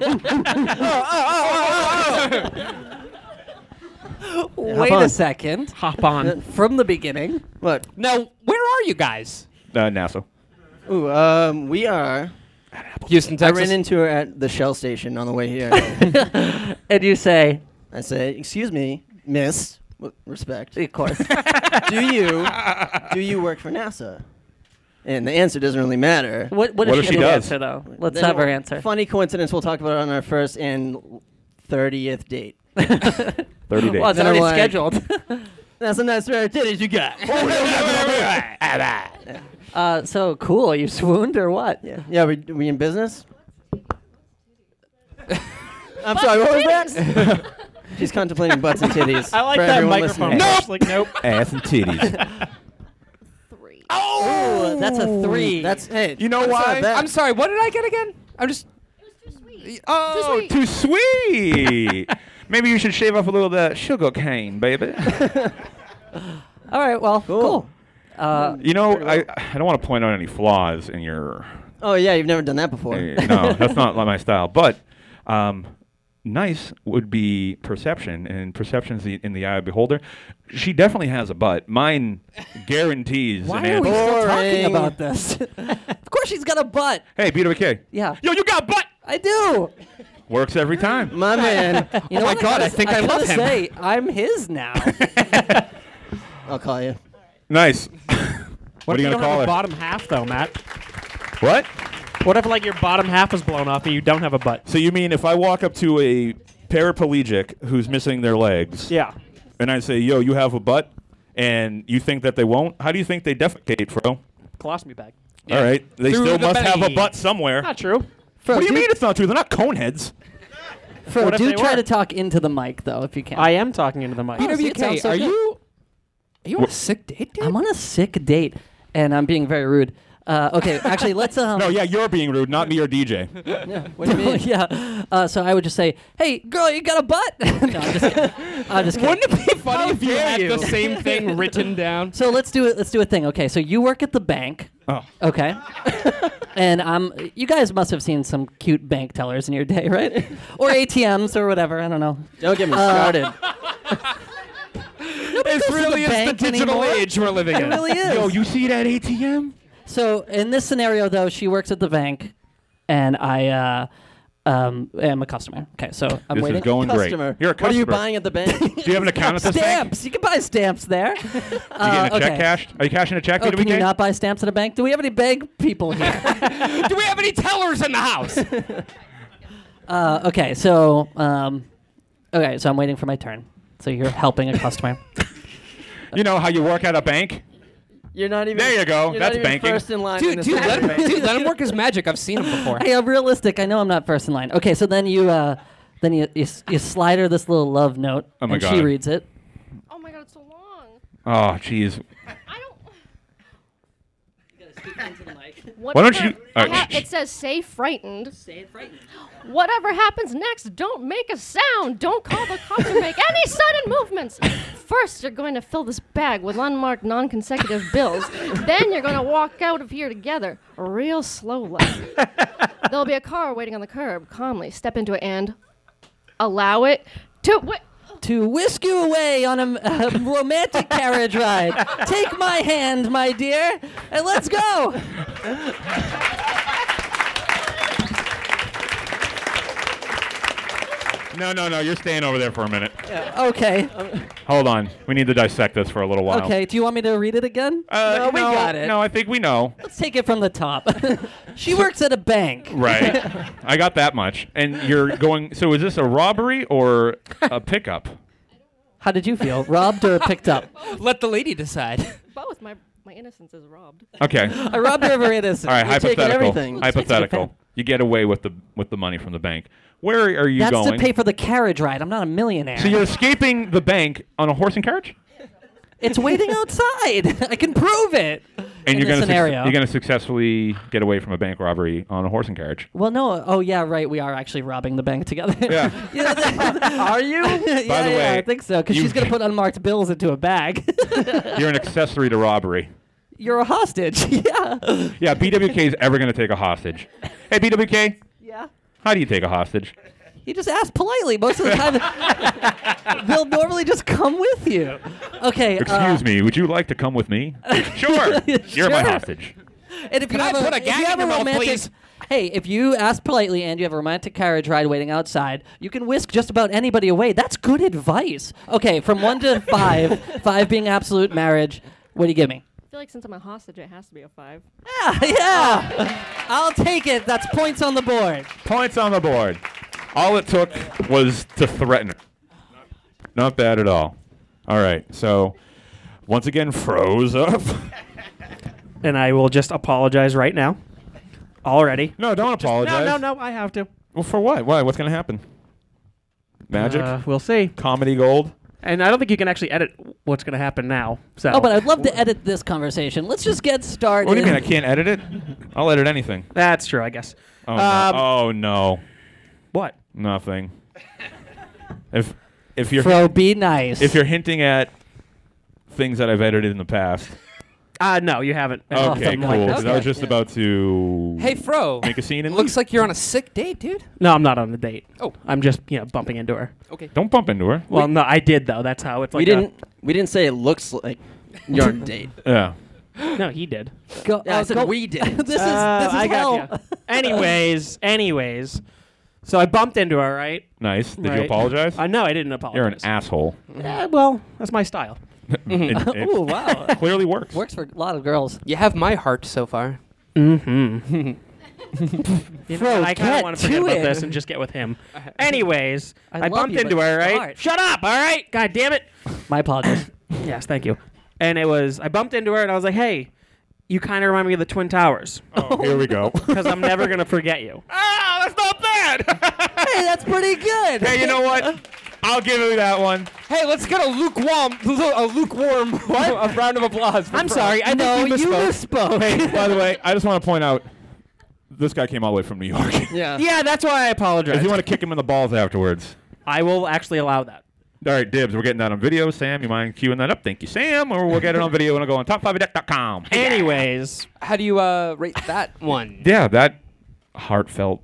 S3: Wait
S7: on.
S3: a second.
S6: Hop on.
S3: From the beginning.
S7: What?
S4: now, where are you guys?
S2: Uh, NASA.
S7: Ooh, um, we are.
S4: Houston,
S7: I
S4: Texas.
S7: ran into her at the Shell station on the way here.
S2: *laughs*
S3: And you say,
S7: I say, "Excuse me, Miss. With respect.
S3: of course.
S7: Do you do you work for NASA?" And the answer doesn't really matter.
S3: what
S2: What
S3: what, if
S2: if she
S3: didn't
S2: does?
S3: answer though? Let's
S7: Then
S3: have her
S7: a
S3: answer.
S7: Funny coincidence. We'll talk about it on our first and thirtieth date. *laughs*
S2: 30 days.
S3: Well, Oh, it's
S7: Then
S3: already
S7: I'm like-
S3: scheduled.
S7: That's a nice pair of titties you got.
S3: uh, so cool. You swooned or what?
S7: yeah. Yeah. We we in business. I'm sorry. What was *laughs* that? She's contemplating butts and titties.
S6: I like
S7: for
S6: that
S7: everyone
S6: microphone.
S7: listening.
S6: It's Like, nope.
S2: Ass and titties. *laughs*
S8: Three.
S9: Oh!
S3: Ooh, that's a three.
S7: That's hey.
S2: You know
S7: that's not
S2: why?
S7: bad.
S4: I'm sorry. What did I get again? I'm just.
S8: It was too sweet.
S4: Oh,
S2: Too sweet. Maybe you should shave off a little of that sugar cane, *laughs* baby.
S3: all right. Well, cool. Uh,
S2: you know, I, I don't want to point out any flaws in your.
S7: Oh yeah, you've never done that before.
S2: eh, no, that's not like my style. But um, nice would be perception, and perception's the, in the eye of the beholder. She definitely has a butt. Mine guarantees an
S3: why are we
S2: answer.
S3: still talking
S7: Boring.
S3: about this? of course, she's got a butt.
S2: Hey, BWK.
S3: Yeah,
S2: Yo, you got butt.
S3: I do.
S2: Works every time.
S7: *laughs* My man.
S3: You know
S4: my
S3: what?
S4: God,
S3: gotta-
S4: I think I
S3: gotta
S4: love
S6: *laughs*
S4: him.
S3: Say, I'm his now.
S7: I'll call you.
S2: Nice. what are you gonna
S6: if don't have
S2: call
S6: a
S2: her?
S6: Bottom half though, Matt.
S2: What?
S6: What if like your bottom half is blown off and you don't have a butt?
S2: So you mean if I walk up to a paraplegic who's missing their legs?
S6: Yeah.
S2: and I say, "Yo, you have a butt," and you think that they won't? How do you think they defecate, bro?
S6: Colostomy bag.
S2: All right, they
S4: Through
S2: still
S4: the
S2: must have a
S4: belly.
S2: butt somewhere.
S6: Not true.
S2: what do you mean it's not true? They're not coneheads.
S3: Fro,
S6: What if
S3: do
S6: they
S3: try
S6: were?
S3: to talk into the mic though, if you can.
S6: I am talking into the mic.
S3: Oh, see, it
S4: BWK,
S3: sounds so
S4: are
S3: good.
S4: you? Are you on a sick date, dude?
S3: I'm on a sick date, and I'm being very rude. Uh, okay, actually, let's. Um,
S2: no, yeah, you're being rude, not me or DJ.
S3: yeah. What *laughs* do you mean? Oh, yeah. Uh, so I would just say, "Hey, girl, you got a butt." *laughs* no, I'm just kidding. I'm just kidding.
S4: Wouldn't it be funny if you had
S3: you?
S4: the same thing written down?
S3: So let's do it. Let's do a thing. Okay, so you work at the bank.
S2: *laughs* Oh.
S3: Okay. *laughs* and um, you guys must have seen some cute bank tellers in your day, right? or ATMs or whatever. I don't know.
S7: Don't get me
S3: Uh,
S7: started.
S3: Nobody goes
S4: It's
S3: to
S4: really
S3: the
S4: is the
S3: bank
S4: digital
S3: anymore.
S4: age we're living
S3: It
S4: in. *laughs*
S3: really is.
S2: Yo, you see that ATM?
S3: So in this scenario, though, she works at the bank, and I uh, um, am a customer. Okay, so I'm
S2: this
S3: waiting.
S2: is going
S7: customer.
S2: great. You're a
S7: What are
S2: customer.
S7: you buying at the bank?
S2: Do you have an account at this bank?
S3: stamps. You can buy stamps there.
S2: *laughs* You
S3: Uh,
S2: getting a check
S3: okay.
S2: cashed? Are you cashing a check?
S3: Oh,
S2: PWK?
S3: can you not buy stamps at a bank? Do we have any bank
S2: *laughs*
S3: people here?
S4: *laughs* Do we have any tellers in the *laughs* house?
S3: uh, okay, so um, okay, so I'm waiting for my turn. So you're helping a
S2: *laughs*
S3: customer.
S2: You know how you work at a bank?
S7: You're not even.
S2: There you go.
S7: You're
S2: That's
S7: not even
S2: banking.
S7: First in line. in
S4: dude,
S7: this
S4: dude,
S7: line
S4: let
S7: of
S4: him,
S7: bank.
S4: dude, let him work his magic. I've seen him before.
S3: hey, I'm realistic. I know I'm not first in line. Okay, so then you uh, then you, you s- you slide her this little love note,
S2: Oh my
S3: and
S2: God.
S3: she reads it.
S8: Oh my god, it's so long.
S2: Oh, jeez.
S8: I don't.
S2: Why don't you-
S8: I
S2: Alright,
S8: ha-
S2: shh, shh.
S8: it says say frightened. Say frightened. Whatever happens next, don't make a sound. Don't call the cops or make any sudden movements. First, you're going to fill this bag with unmarked non-consecutive bills. then you're going to walk out of here together, real slowly. There'll be a car waiting on the curb. Calmly step into it and allow it to. Wait,
S3: to whisk you away on a uh, romantic carriage ride.
S2: *laughs*
S3: Take my hand, my dear, and let's go.
S2: No, no, no. You're staying over there for a minute.
S3: Okay.
S2: Hold on. We need to dissect this for a little while.
S3: Okay. Do you want me to read it again?
S2: Uh,
S3: no, we got it.
S2: No, I think we know.
S3: Let's take it from the top. *laughs* she works at a bank.
S2: Right. *laughs* I got that much. And you're going. So is this a robbery or a pickup?
S3: *laughs* How did you feel? Robbed or picked up?
S4: *laughs* Let the lady decide.
S8: both my my innocence is robbed.
S3: *laughs*
S2: Okay.
S3: I robbed her of her innocence.
S2: All right.
S7: You're taking
S2: Hypothetical.
S7: everything.
S2: Hypothetical. You get away with the with the money from the bank. Where are you
S3: That's
S2: going?
S3: to pay for the carriage ride. I'm not a millionaire.
S2: so you're escaping the bank on a horse and carriage,
S3: it's waiting outside. *laughs* I can prove it.
S2: and
S3: in
S2: you're
S3: this
S2: gonna suc-
S3: scenario.
S2: you're gonna successfully get away from a bank robbery on a horse and carriage.
S3: Well, no. Oh, yeah, right. We are actually robbing the bank together.
S2: Yeah.
S3: *laughs* You know, *laughs* that-
S7: Are you?
S3: yeah,
S2: the
S3: yeah,
S2: way,
S3: I think so. Because
S2: you- *laughs*
S3: she's gonna put unmarked bills into a bag. *laughs*
S2: You're an accessory to robbery.
S3: You're a hostage. *laughs* yeah.
S2: Yeah, BWK is ever going to take a hostage. Hey, BWK,
S3: Yeah.
S2: how do you take a hostage?
S3: You just ask politely most of the time. They'll normally just come with you. Okay. uh,
S2: Excuse me, would you like to come with me? sure, you're my
S3: Sure.
S2: hostage.
S3: And if you
S4: I
S3: have
S4: put a
S3: if
S4: gag
S3: you
S4: in
S3: have
S4: your
S3: a
S4: mouth,
S3: romantic,
S4: please?
S3: Hey, if you ask politely and you have a romantic carriage ride waiting outside, you can whisk just about anybody away. That's good advice. Okay, from one to five, five being absolute marriage. What do you give me?
S8: I feel like since I'm a hostage, it has to be a five.
S3: Yeah, yeah. *laughs* I'll take it. That's points on the board.
S2: Points on the board. All it took was to threaten her. Not bad at all. All right, so once again, froze up. *laughs*
S6: And I will just apologize right now. Already.
S2: no, don't apologize.
S6: No, no, no. I have to.
S2: Well, for what? Why? What's going to happen? Magic?
S6: Uh, we'll see.
S2: Comedy gold?
S6: And I don't think you can actually edit what's going to happen now. So.
S3: Oh, but I'd love to edit this conversation. Let's just get started.
S2: What do you mean I can't edit it? I'll edit anything.
S6: That's true, I guess.
S2: Oh,
S6: Um,
S2: no. oh no,
S6: What?
S2: nothing. if if you're
S3: Bro, be nice.
S2: If you're hinting at things that I've edited in the past,
S6: Uh, no, you haven't.
S2: okay,
S3: something
S2: cool.
S3: like that.
S2: 'cause I was
S3: Okay,
S2: just about to
S4: *laughs* Hey, Fro.
S2: make a scene and
S4: Looks
S2: leave.
S4: like you're on a sick date, dude.
S6: No, I'm not on the date.
S4: Oh.
S6: I'm just you know bumping into her.
S4: Okay.
S2: Don't bump into her.
S6: Well, no, I did though. That's how it's like.
S7: we
S6: a-
S7: didn't. We didn't say it looks like you're *laughs* on a date.
S2: Yeah.
S6: no, he did.
S3: go,
S7: Yeah,
S3: uh,
S7: I said
S3: go-
S7: we
S3: *laughs*
S7: did.
S3: this is this is
S6: Oh, I
S3: hell.
S6: gotcha.
S3: *laughs*
S6: anyways, anyways, so I bumped into her, right?
S2: Nice. Did you
S6: Right.
S2: apologize?
S6: Uh, no, I didn't apologize.
S2: you're an asshole.
S6: Eh, well, that's my style.
S2: It- it
S3: Ooh, *laughs* wow.
S2: Clearly works.
S3: Works for a lot of girls.
S4: You have my heart so far.
S6: Mm-hmm. you know,
S3: Fro,
S6: I kind
S3: get
S6: of want to forget
S3: to
S6: about
S3: it.
S6: this and just get
S3: *laughs*
S6: with him. Anyways,
S3: I
S6: I,
S3: love
S6: bumped
S3: you,
S6: into
S3: but
S6: her, right?
S3: start.
S6: Shut up, all right? God damn it.
S3: My *coughs* apologies.
S6: *coughs* Yes, thank you. And it was I bumped into her and I was like, "Hey, you kind of remind me of the Twin Towers *laughs*
S2: Oh, here we go.
S6: because I'm never gonna forget you."
S2: ah, that's not bad.
S3: hey, that's pretty good.
S2: hey, you know what? I'll give you that one.
S4: *laughs* Hey, let's get a lukewarm, *laughs* a lukewarm a round of applause.
S2: I'm sorry, I
S4: know
S2: think you
S4: misspoke.
S2: Hey, by the way, I just want to point out this guy came all the way from New York.
S7: Yeah.
S6: Yeah, that's why I apologize.
S2: if you want to kick him in the balls afterwards.
S6: I will actually allow that.
S2: All right, Dibs, we're getting that on video. Sam, you mind queuing that up? Thank you, Sam. Or we'll get it on video and it'll go on top5deck.com.
S4: Anyways, *laughs* how do you uh, rate
S2: *laughs*
S4: that one?
S2: Yeah, that heartfelt.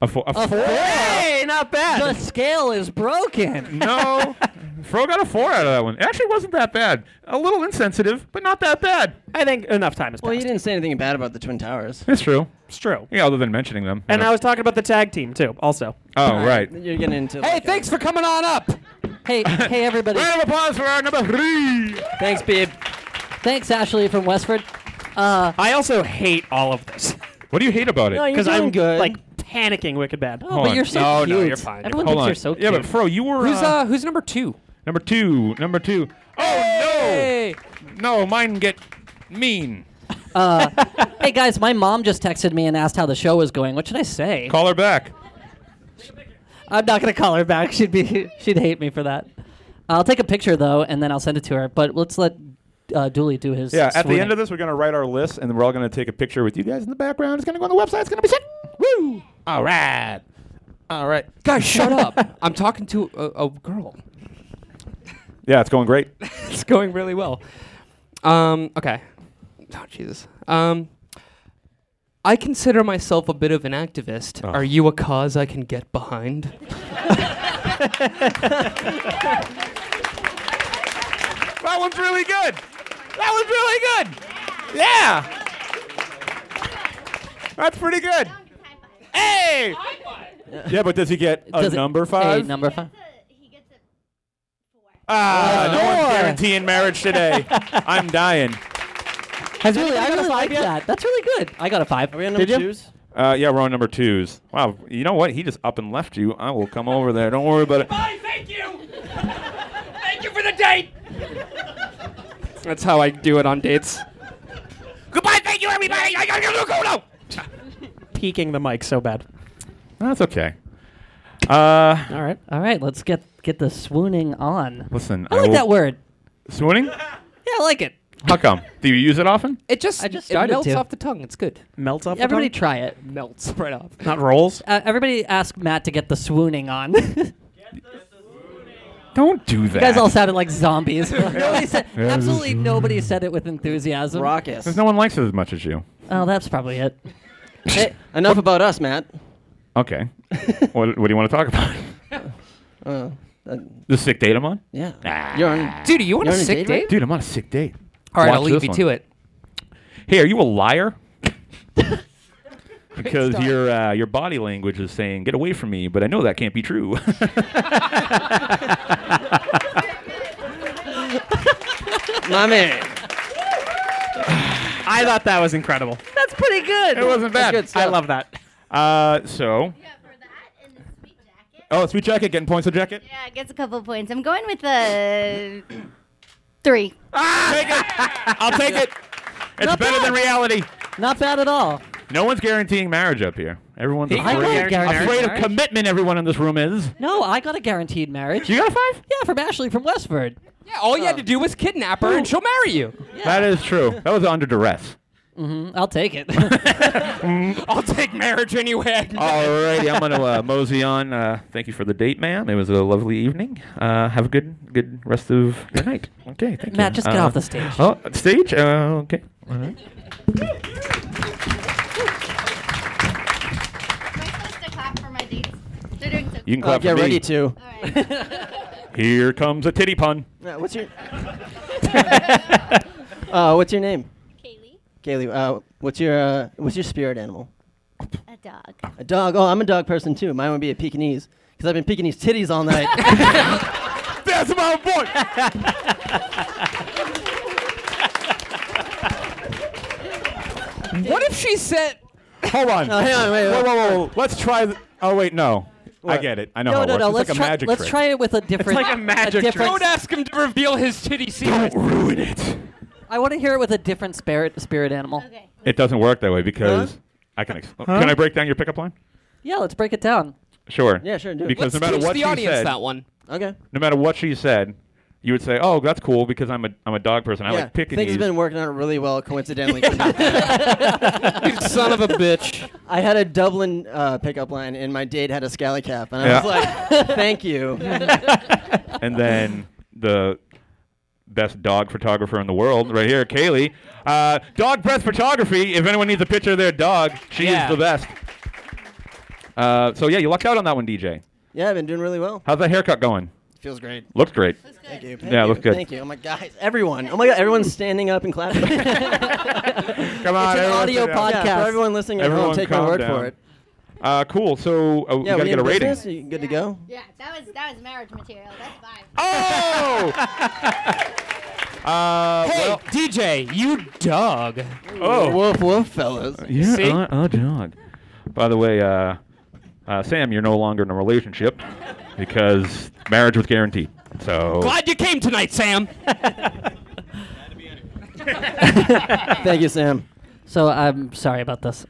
S2: A four. A four?
S4: Hey, not bad.
S3: The scale is broken.
S2: no. Fro got a four out of that one. It actually wasn't that bad. A little insensitive, but not that bad.
S6: I think enough time has passed.
S7: Well, you didn't say anything bad about the Twin Towers.
S2: It's true.
S6: it's true.
S2: Yeah, other than mentioning them.
S6: And
S2: I
S6: I was talking about the tag team too. Also,
S2: Oh, right.
S7: You're getting into.
S4: Hey,
S7: like,
S4: thanks for coming on up.
S3: hey, hey, everybody.
S2: Round of applause for our number three.
S7: a- thanks, babe.
S3: Thanks, Ashley from Westford. Uh,
S6: I also hate all of this
S2: What do you hate about it?
S7: No, you're
S6: because
S7: doing
S6: I'm
S7: good.
S6: like panicking wicked bad.
S3: oh, but
S2: on.
S3: you're so
S2: No,
S3: cute.
S2: no, you're fine.
S3: Everyone
S2: Hold
S3: thinks
S2: on.
S3: you're so
S2: yeah,
S3: cute.
S2: but Fro, you were
S4: Who's
S2: uh,
S4: uh, who's number two?
S2: number two. Number two. Oh
S4: Hey.
S2: no, no, mine get mean.
S3: hey guys, my mom just texted me and asked how the show was going. What should I say?
S2: Call her back.
S3: I'm not gonna call her back. She'd be she'd hate me for that. I'll take a picture though, and then I'll send it to her. But let's let uh, Dooley do his.
S2: Yeah, at the
S3: swooning.
S2: end of this, we're gonna write our list, and then we're all gonna take a picture with you guys in the background. It's gonna go on the website. It's gonna be sick. Woo! All right. All right. *laughs*
S4: Guys, shut up. I'm talking to a, a girl.
S2: Yeah, it's going great. *laughs*
S4: It's going really well. Um, okay. Oh Jesus. Um, I consider myself a bit of an activist. Are you a cause I can get behind?
S2: That one's really good. That one's really good. Yeah. That's pretty good. Hey. Yeah, but does he get a
S3: Does it-
S2: uh, number five?
S3: A number five.
S2: ah, no one's guaranteeing marriage today. I'm dying.
S3: Has really, I really like that. That's really good. I got a five.
S7: Are we on number
S3: Did you?
S7: twos?
S2: Uh, yeah, we're on number twos. Wow, you know what? He just up and left you. I will come over there. Don't worry about it.
S10: Bye, thank you! thank you for the date!
S4: That's how I do it on dates.
S2: Goodbye. Thank you, everybody. I gotta go now.
S6: Peeking the mic so bad.
S2: That's okay. Uh,
S3: All right, all right. Let's get get the swooning on.
S2: listen.
S3: I like
S2: will-
S3: that word.
S2: Swooning?
S3: Yeah, I like it.
S2: How come? Do you use it often?
S4: It just,
S3: I just
S4: it
S3: started
S4: melts
S3: to.
S4: off the tongue. It's good.
S6: Melts off. the
S3: Everybody
S6: tongue?
S3: try it.
S4: Melts right off.
S6: not rolls.
S3: Uh, everybody ask Matt to get the swooning on. *laughs* you
S2: Don't do that.
S3: guys all sounded like zombies. nobody said, absolutely nobody said it with enthusiasm.
S7: Raucous.
S2: Because no one likes it as much as you.
S3: Oh, that's probably it.
S7: Hey, enough about us, Matt.
S2: Okay. what, what do you want to talk about? *laughs*
S7: Uh, uh,
S2: The sick date I'm on?
S7: yeah.
S2: Nah.
S7: You're on.
S4: Dude, are you on
S7: You're
S4: a
S7: on a
S4: sick
S7: date right
S4: date?
S2: Dude, I'm on a sick date.
S4: All right,
S2: Watch
S4: I'll leave
S2: this
S4: you
S2: one.
S4: to it.
S2: Hey, are you a
S4: *laughs*
S2: liar? because your uh, your body language is saying get away from me, but I know that can't be true. *laughs*
S7: My man.
S6: I thought that was incredible.
S3: That's pretty good.
S2: it wasn't bad.
S6: I love that.
S2: *sighs* Uh, so,
S11: Yeah, for that and the sweet jacket.
S2: oh, sweet jacket, getting points of jacket.
S11: Yeah, it gets a couple points. I'm going with the three.
S2: Take it. I'll take it. It's
S3: Not
S2: better than
S3: bad.
S2: reality.
S3: Not bad at all.
S2: No one's guaranteeing marriage up here. Everyone's
S6: I
S2: afraid,
S6: got a guaranteed
S2: afraid of
S3: marriage.
S2: commitment. Everyone in this room is.
S3: No, I got a guaranteed marriage.
S2: You got a five?
S3: Yeah, from Ashley from Westford.
S4: Yeah, all you had to do was kidnap her, and she'll marry you.
S2: That is true. That was under duress.
S3: Mm, I'll take
S2: Oh,
S3: it. *laughs*
S4: I'll take marriage anyway. I can get.
S2: Alrighty, I'm gonna uh, mosey on. Uh, thank you for the date, ma'am. It was a lovely evening. Uh, have a good good rest of your night. Okay, thank you.
S3: Matt, just get
S2: Uh,
S3: off the stage.
S2: Oh, stage? Uh, okay. All right.
S11: Am I supposed to clap for my dates? They're doing so
S2: You can
S7: Uh,
S2: clap
S7: get
S2: for
S7: ready
S2: me.
S7: to.
S11: All right.
S2: Here comes a titty pun.
S7: Uh, what's your? *laughs* uh, what's your name?
S11: *laughs* Kaylee,
S7: Kaylee. Uh, what's your uh, what's your spirit animal?
S11: a dog.
S7: A dog. Oh, I'm a dog person too. Mine would be a Pekingese because I've been Pekingese titties all *laughs* night.
S2: That's my boy.
S4: What if she said?
S2: Hold on.
S7: Oh, hang on, wait,
S2: Whoa,
S7: wait.
S2: whoa, whoa, whoa. Let's try. Th- oh wait, no. I get it. I know how
S3: no,
S2: it
S3: no,
S2: works.
S3: no.
S2: It's
S3: Let's
S2: like a
S3: try.
S2: magic
S3: Let's
S2: trick.
S3: try it with a different.
S6: like a magic trick.
S3: different-
S4: Don't ask him to reveal his titty
S2: *laughs*
S4: secret.
S2: Don't ruin it.
S3: I want to hear it with a different spirit spirit animal.
S11: Okay.
S2: It doesn't work that way because I can. Ex- Can I break down your pickup line?
S3: Yeah, let's break it down.
S2: Sure.
S7: Yeah, sure, do it.
S2: Because
S4: Let's
S2: no matter
S4: teach
S2: what
S4: the
S2: she
S4: audience
S2: said,
S4: that one.
S7: Okay.
S2: No matter what she said, you would say, "Oh, that's cool," because I'm a I'm a dog person. I
S7: yeah,
S2: like picking
S7: things
S2: you.
S7: have been working out really well, *laughs* coincidentally. for me.
S4: son of a bitch.
S7: I had a Dublin uh, pickup line, and my date had a scally cap, and I
S2: Yeah. *laughs*
S7: was like, "Thank you."
S2: and then the best dog photographer in the world, right here, Kaylee. Uh, dog breath photography. If anyone needs a picture of their dog, she
S7: Yeah.
S2: is the best. Uh, so yeah, you lucked out on that one, DJ.
S7: yeah, I've been doing really well.
S2: How's that haircut going?
S7: Feels great.
S2: Looks great.
S7: Thank you. Thank
S2: yeah,
S7: you.
S2: looks good.
S7: Thank you. Oh my God, everyone! Oh my God, everyone's standing up and *laughs* clapping. Come
S2: on,
S7: it's an
S2: everyone
S7: audio
S2: sit down.
S7: podcast. for everyone listening at
S2: Everyone
S7: home, take my
S2: calm
S7: word
S2: down.
S7: for it.
S2: Uh, cool. So uh, we
S7: yeah,
S2: gotta
S7: we
S2: get
S7: in
S2: a rating.
S7: business? You good to go?
S11: Yeah, that was that was marriage material. That's fine.
S2: Uh,
S4: *laughs* hey,
S2: Oh! well-
S4: DJ, you dog.
S2: Oh.
S7: woof woof, fellas.
S2: Yeah, uh, oh, dog. By the way, uh, uh, Sam, you're no longer in a relationship because marriage was guaranteed. So
S4: Glad you came tonight, Sam.
S2: Oh!
S11: *laughs*
S7: Thank you, Sam.
S3: So I'm sorry about this.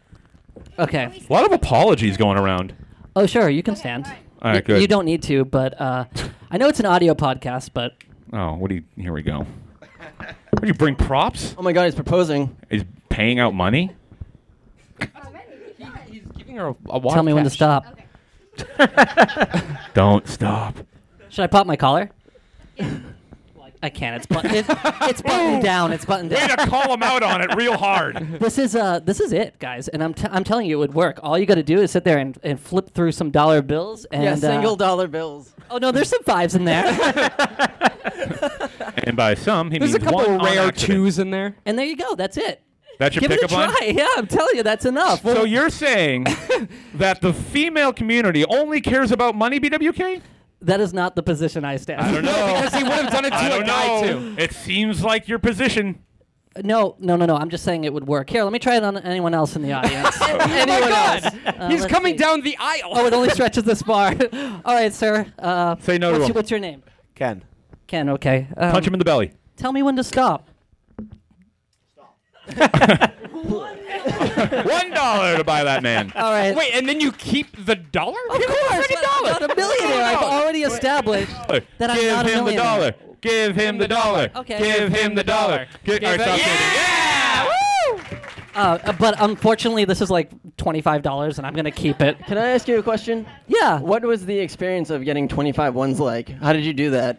S3: Okay.
S2: a lot of apologies going around.
S3: Oh, sure. You can stand.
S2: All right,
S3: You-
S2: good.
S3: You don't need to, but
S2: *laughs*
S3: uh, I know it's an audio podcast, but
S2: Oh, what do you? Here we go. What do you bring props?
S7: Oh my God, he's proposing.
S2: He's paying out money.
S4: Giving her a, a
S3: tell me when to stop.
S2: Don't *laughs* stop.
S3: Should I pop my collar? I can't. It's button. It's, it's buttoned down. It's buttoned down.
S2: Way to call him out on it real hard.
S3: This is uh, this is it, guys, and I'm, t- I'm telling you, it would work. All you got to do is sit there and, and flip through some dollar bills and
S7: yeah, single
S3: uh,
S7: dollar bills.
S3: oh no, there's some fives in there,
S2: And by some, he
S4: There's a
S2: means
S4: couple
S2: one on
S4: rare
S2: accident.
S4: twos in there.
S3: and there you go. That's it.
S2: That's your
S3: Give it a
S2: pickup
S3: try. *laughs*
S2: line.
S3: Yeah, I'm telling you, that's enough.
S2: So you're
S4: *laughs*
S2: saying that the female community only cares about money, BWK?
S3: that is not the position I stand.
S2: I don't
S3: *laughs*
S2: know.
S4: Because he would have done it to
S2: I
S4: a
S2: don't
S4: guy
S2: know.
S4: too.
S2: It seems like your position.
S3: No, no, no, no. I'm just saying it would work. Here, let me try it on anyone else
S4: *laughs*
S3: in the audience.
S4: Oh my
S3: anyone
S4: God!
S3: else? Uh,
S4: He's
S3: let's
S4: coming
S3: see.
S4: down the aisle.
S3: Oh, it only stretches this far. *laughs* All right, sir. Uh,
S2: Say no to
S3: what's,
S2: him.
S3: your- what's your name?
S12: Ken.
S3: Ken. Okay. Um,
S2: Punch him in the
S4: *laughs*
S2: belly.
S3: Tell me when to stop.
S2: One dollar to buy that man.
S3: All right.
S4: Wait, and then you keep the dollar?
S3: Of
S2: Oh,
S4: Give him the
S3: course,
S4: freaking
S3: I'm
S4: dollar.
S3: not a millionaire. I've already established that I'm
S2: Give him
S3: not a
S2: the
S3: millionaire.
S2: dollar. Give him the dollar.
S3: Okay.
S2: Give him the dollar. Gi-
S4: Give
S2: all right,
S4: it-
S2: stop
S4: yeah!
S2: dancing.
S3: Uh, uh, but unfortunately, this is like twenty-five dollars, and I'm gonna keep
S2: *laughs*
S3: it.
S7: Can I ask you a question?
S3: Yeah.
S7: What was the experience of getting 25 ones like? How did you do that?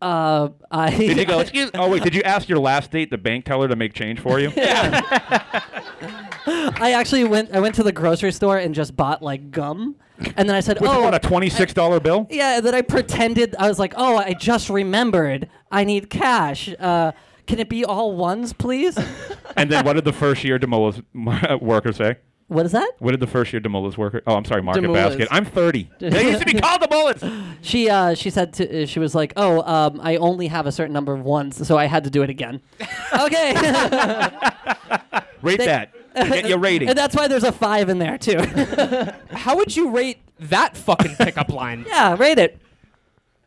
S3: Uh, I.
S2: Did you go? Excuse. Oh wait. Did you ask your last date the bank teller to make change for you?
S3: *laughs* *laughs* I actually went. I went to the grocery store and just bought like gum, and then I said,
S2: With
S3: "Oh,
S2: what a twenty-six dollar bill?
S3: yeah." That I pretended. I was like, "Oh, I just remembered. I need cash. Uh, can it be all ones, please?"
S2: And then what did the first year Demola's *laughs* worker say?
S3: what is that?
S2: What did the first year Demola's worker? Oh, I'm sorry, Market
S7: Demola's.
S2: Basket. I'm 30. they used to be called Demola's.
S3: She uh, she said to, uh, she was like, "Oh, um, I only have a certain number of ones, so I had to do it again." okay.
S2: Rate that. Get your rating.
S3: *laughs* and that's why there's a five in there too.
S4: How would you rate that fucking pickup line?
S3: *laughs* yeah, rate it.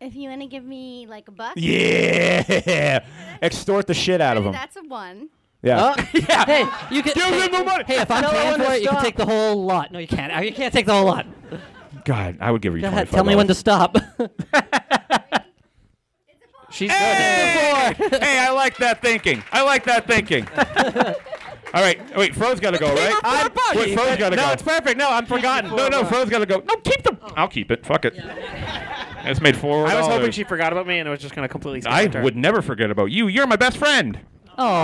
S11: If you want to give me like a buck,
S2: Yeah. Extort the shit out of them.
S11: that's a one.
S2: Yeah.
S3: Oh. yeah. Hey, you can.
S2: Give
S3: hey,
S2: him the money.
S3: hey, if I'm
S7: Tell
S3: paying
S7: Owen to
S3: for it, you can
S7: stop.
S3: take the whole lot. No, you can't. Uh, You can't take the whole lot.
S2: God, I would give her
S3: Go ahead. Tell me when to
S2: *laughs*
S3: stop.
S4: She's
S2: Hey! hey, I like that thinking. I like that thinking. All right, wait. Fro's got to go, right?
S4: I'm-
S2: Wait, Fro's got to
S9: no,
S2: go.
S9: it's perfect. No, I'm forgotten.
S2: No, no, Fro's got to go. No, keep
S3: Oh.
S2: them. I'll keep it. Fuck it. It's made four.
S9: I was hoping
S2: dollars.
S9: she forgot about me and it was just going to completely
S2: I
S9: smash her.
S2: would never forget about you. You're my best friend.
S3: oh,
S2: It's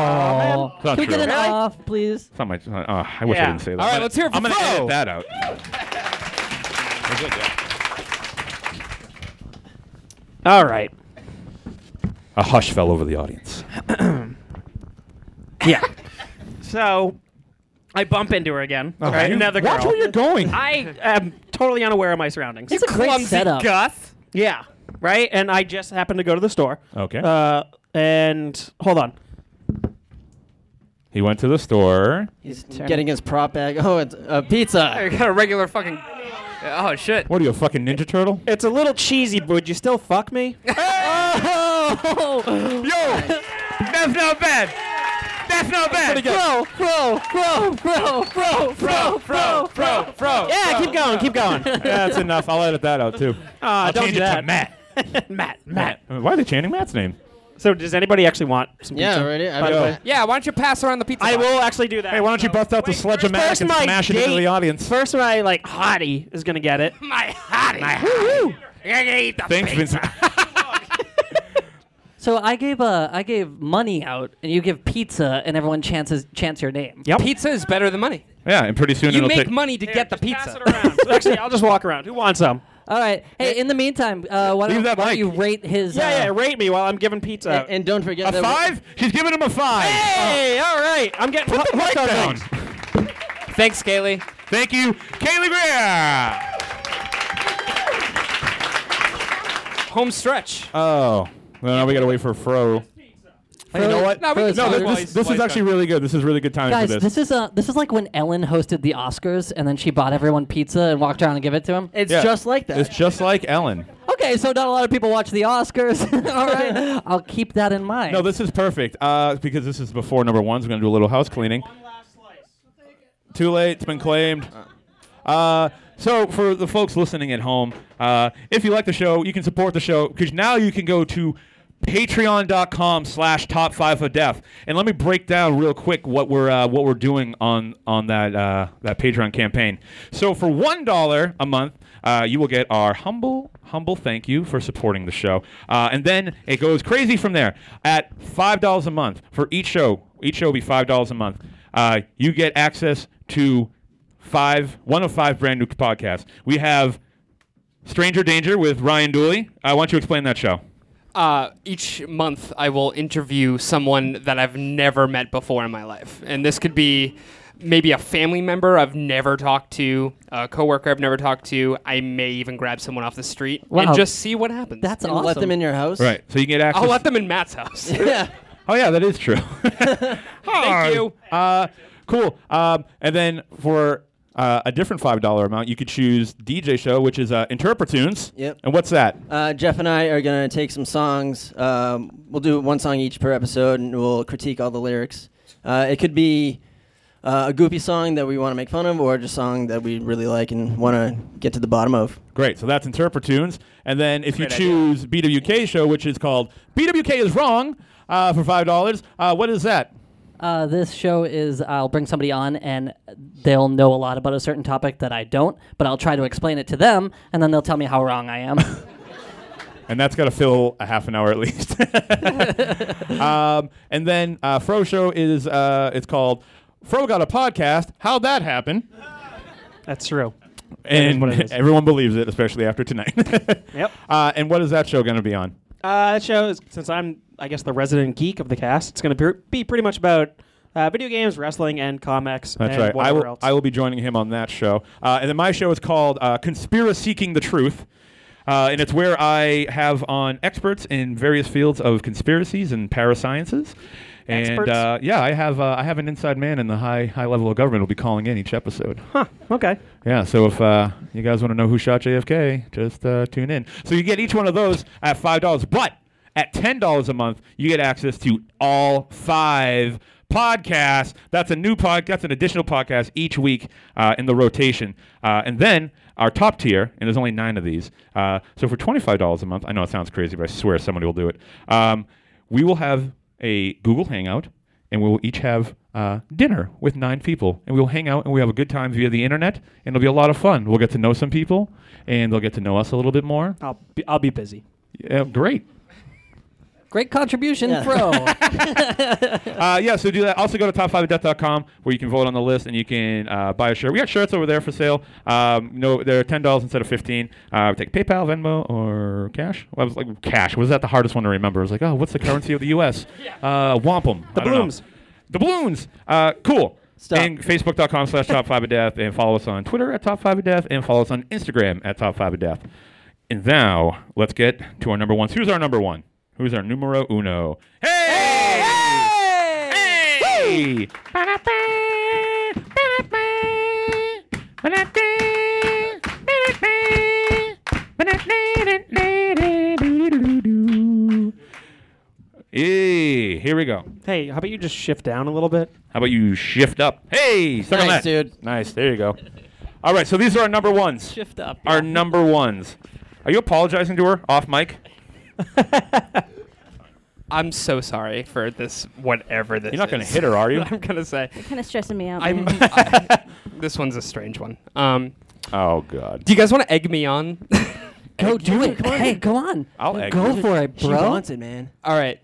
S3: can
S2: not
S3: we
S2: true.
S3: get an
S2: Really?
S3: off, please?
S2: It's not my. it's not- oh, I wish I
S9: Yeah.
S2: didn't say that.
S4: All right,
S2: I'm
S4: let's
S2: gonna-
S4: hear it for
S2: I'm gonna
S4: Fro.
S2: edit that out. We're good, yeah.
S6: All right.
S2: A hush fell over the audience.
S6: Yeah. so I bump into her again. right?
S2: you-
S6: Another girl.
S2: watch where you're going.
S6: I am totally unaware of my surroundings.
S3: It's a great
S6: clumsy
S3: setup.
S6: Guth. Yeah. Right? And I just happened to go to the store.
S2: Okay.
S6: Uh, and hold on.
S2: he went to the store.
S7: He's getting his prop bag. Oh, it's a pizza.
S4: I got a regular fucking. Oh shit.
S2: What are you, a fucking Ninja Turtle?
S6: It's a little cheesy, but would you still fuck me?
S2: Yo, that's not bad. That's not bad.
S3: Bro, bro, bro, bro, bro, bro, bro.
S2: bro, bro.
S6: yeah, keep going, keep going.
S2: *laughs* That's enough. I'll edit that out too. I'll
S6: don't
S2: change
S6: do
S2: it to
S6: that.
S2: Matt.
S6: Matt.
S2: Matt. Why are they chanting Matt's name?
S6: So does anybody actually want some
S7: Yeah,
S6: pizza?
S7: right, yeah,
S6: By the
S2: I-
S6: way.
S4: Yeah, why don't you pass around the pizza?
S6: I
S4: box?
S6: will actually do that.
S2: Hey, why don't you bust out the sledge of Mac
S6: First
S2: and
S6: my
S2: smash it into
S6: date-
S2: the audience?
S6: First my like hottie is gonna get it.
S4: My hottie.
S6: My hottie.
S4: You're gonna eat the
S2: Thanks,
S4: pizza.
S2: Vince.
S3: So I gave uh, I gave money out, and you give pizza, and everyone chances chants your name.
S2: Yep.
S4: Pizza is better than money.
S2: Yeah, and pretty soon
S4: You
S2: it'll
S4: make
S2: take.
S4: money to get the pizza.
S6: *laughs* actually, I'll just walk around. Who wants some?
S3: All right. Hey, in the meantime, uh, why,
S2: Leave
S3: don't,
S2: that
S3: why
S2: mic.
S3: don't you rate his?
S6: Yeah, yeah.
S3: uh,
S6: Rate me while I'm giving pizza.
S7: And,
S6: out.
S7: and don't forget
S2: A
S7: that we-
S2: five? She's giving him a five.
S6: hey, all right. I'm getting
S2: Put
S6: hooked
S2: the mic
S6: on
S2: down.
S6: things.
S4: Thanks, Kaylee.
S2: Thank you, Kaylee Greer.
S4: Home stretch.
S2: Oh, well, now we gotta wait for Fro.
S3: uh,
S2: Hey, you know what?
S4: No, we can
S2: No,
S4: do
S2: this,
S4: it.
S2: this- this is actually really good. This is really good timing
S3: Guys,
S2: for
S3: this.
S2: this.
S3: is uh, this is like when Ellen hosted the Oscars, and then she bought everyone pizza and walked around and give it to him.
S7: It's
S2: Yeah.
S7: just like that.
S2: It's just like Ellen.
S3: Okay, so not a lot of people watch the Oscars. *laughs*
S2: *laughs*
S3: All right, I'll keep that in mind.
S2: No, this is perfect uh, because this is before number one. So we're gonna do a little house cleaning. Too late. It's been claimed. Uh, so for the folks listening at home, uh, if you like the show, you can support the show because now you can go to patreon.com slash top five of death and let me break down real quick what we're uh, what we're doing on on that uh, that patreon campaign so for one dollar a month uh, you will get our humble humble thank you for supporting the show uh, and then it goes crazy from there at five dollars a month for each show each show will be five dollars a month uh, you get access to five one of five brand new podcasts we have stranger danger with ryan dooley i want you to explain that show
S4: Uh, each month, I will interview someone that I've never met before in my life, and this could be maybe a family member I've never talked to, a coworker I've never talked to. I may even grab someone off the street
S3: Wow.
S4: and just see what happens.
S3: That's
S7: and
S3: awesome.
S7: let them in your house.
S2: Right. So you can get access.
S4: I'll let them in Matt's house.
S7: *laughs*
S4: *laughs*
S7: Yeah.
S2: oh yeah, that is true. *laughs* Thank
S4: you.
S2: Uh, cool. Um, and then for uh, a different five dollar amount, you could choose DJ show, which is uh, Interpretunes.
S7: Yep.
S2: And what's that?
S7: Uh, Jeff and I are gonna take some songs. Um, we'll do one song each per episode, and we'll critique all the lyrics. Uh, it could be uh, a goofy song that we want to make fun of, or just a song that we really like and want to get to the bottom of.
S2: Great. So that's Interpretunes. And then if you
S4: Great idea.
S2: choose BWK show, which is called BWK is wrong, uh, for five dollars. Uh, what is that?
S3: Uh, this show is I'll bring somebody on and they'll know a lot about a certain topic that I don't, but I'll try to explain it to them and then they'll tell me how wrong I *laughs* am.
S2: And that's got to fill a half an hour at *laughs* least.
S6: *laughs*
S2: um, and then uh, Fro show is uh, it's called Fro got a podcast. How'd that happen?
S6: That's true. is
S2: and
S6: what it is.
S2: everyone believes it, especially after tonight.
S6: Yep.
S2: *laughs* Uh, and what is that show going to be on?
S6: Uh, that show is since I'm I guess the resident geek of the cast. It's gonna be, be pretty much about uh, video games, wrestling, and comics.
S2: That's
S6: and
S2: right. I
S6: Whatever
S2: will.
S6: Else.
S2: I will be joining him on that show. Uh, and then my show is called uh, "Conspiracy Seeking the Truth." Uh, and it's where I have on experts in various fields of conspiracies and parasciences. And
S6: Experts?
S2: uh, yeah, I have uh, I have an inside man in the high high level of government who'll be calling in each episode.
S6: Huh. Okay.
S2: Yeah, so if uh, you guys want to know who shot JFK, just uh, tune in. So you get each one of those at five dollars, but at ten dollars a month, you get access to all five podcasts. That's a new podcast. That's an additional podcast each week uh, in the rotation, uh, and then our top tier, and there's only nine of these. Uh, so for twenty five dollars a month, I know it sounds crazy, but I swear somebody will do it. Um, we will have a Google Hangout and we will each have uh, dinner with nine people, and we will hang out and we have a good time via the internet, and it'll be a lot of fun. We'll get to know some people, and they'll get to know us a little bit more.
S6: I'll be, I'll be busy.
S2: Yeah, great.
S3: Great contribution, *laughs*
S7: Yeah.
S3: Fro.
S2: Uh, yeah, so do that. Also go to top5death.com where you can vote on the list and you can uh, buy a shirt. We got shirts over there for sale. Um, no, they're ten dollars instead of fifteen. Uh, take PayPal, Venmo, or cash. Well, I was like cash. Was that the hardest one to remember? I was like, oh, what's the currency of the U.S.? Uh, wampum.
S6: The
S2: I don't know.
S6: blooms.
S2: The balloons. Uh, cool.
S7: Stop.
S2: And facebook.com slash top five of death and follow us on Twitter at top five of death and follow us on Instagram at top five of death. And now let's get to our number ones. Who's our number one? Who's our numero uno? Hey! Hey! Hey, here we go.
S6: Hey, how about you just shift down a little bit?
S2: How about you shift up? Hey, stuck on
S7: Nice,
S2: that.
S7: dude.
S2: Nice, there you go. All right, so these are our number ones.
S3: Shift up.
S2: Our number ones. Are you apologizing to her off mic?
S4: I'm so sorry for this. Whatever this.
S2: You're not gonna
S4: is.
S2: hit her, are you?
S4: *laughs* I'm gonna say. You're
S11: kind of stressing me out.
S3: *laughs*
S4: I'm. *laughs*
S11: man.
S4: I- this one's a strange one. Um.
S2: Oh God.
S4: Do you guys want to egg me on?
S3: Go do it. Hey, go on.
S2: I'll egg
S3: Go
S2: her.
S3: for it,
S7: She
S3: bro.
S7: wants it, man.
S4: All right.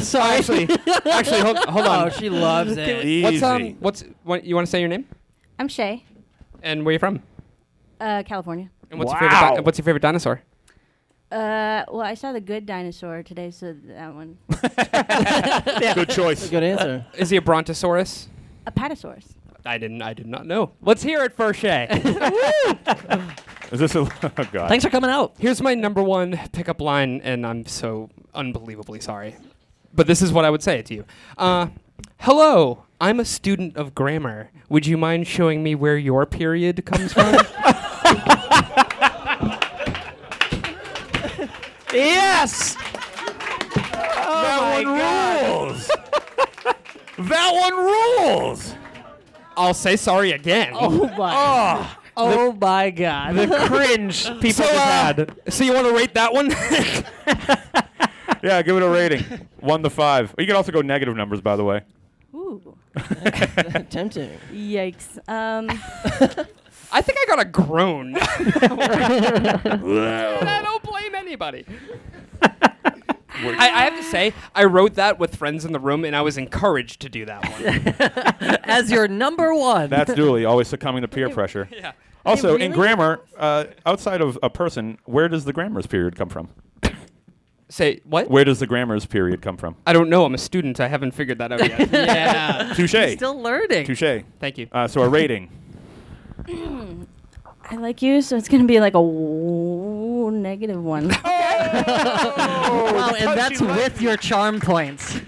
S3: *laughs* Sorry.
S4: Actually, actually, hold, hold on.
S7: Oh, she *laughs* loves
S4: Can
S7: it.
S4: we- What's um?
S2: Easy.
S4: What's what, you want to say your name
S11: I'm Shay,
S4: and where you from
S11: uh, California.
S4: and what's your favorite
S2: Wow.
S4: di- what's your favorite dinosaur?
S11: Uh, well, I saw the good dinosaur today, so that one.
S2: Good choice.
S7: *laughs* Good answer.
S4: Is he a brontosaurus?
S11: Apatosaurus.
S4: I didn't. I did not know. Let's hear it for *laughs* Shay.
S2: Is this a? *laughs* Oh God.
S3: Thanks for coming out.
S4: Here's my number one pickup line, and I'm so unbelievably sorry, but this is what I would say to you. Uh, hello, I'm a student of grammar. Would you mind showing me where your period comes from?
S6: Yes.
S2: that one rules. that one rules.
S4: I'll say sorry again.
S3: Oh my. *laughs* Oh my God.
S6: *laughs* The *laughs* cringe people
S4: So,
S6: just
S4: uh,
S6: had.
S4: so you want to rate that one?
S2: Yeah, give it a
S3: *laughs*
S2: rating. One to five. You can also go negative numbers, by the way.
S11: Ooh.
S7: Tempting.
S11: Yikes. Um,
S4: I think I got a groan. and I don't blame anybody. I, I have to say, I wrote that with friends in the room, and I was encouraged to do that one.
S3: *laughs* As your number one.
S2: That's Dooley, always succumbing to peer pressure. Yeah. Also, in
S11: really-
S2: grammar, uh, outside of a person, where does the grammar's period come from?
S4: Say what?
S2: Where does the grammar's period come
S3: *laughs*
S2: from?
S4: I don't know. I'm a student. I haven't figured that out yet. yeah.
S2: Touche.
S3: Still learning.
S2: Touche.
S4: Thank you.
S2: Uh, so a
S3: *laughs*
S2: rating.
S11: I like you, so it's gonna be like a w- negative one.
S2: Oh,
S3: Wow, and that's with your charm points.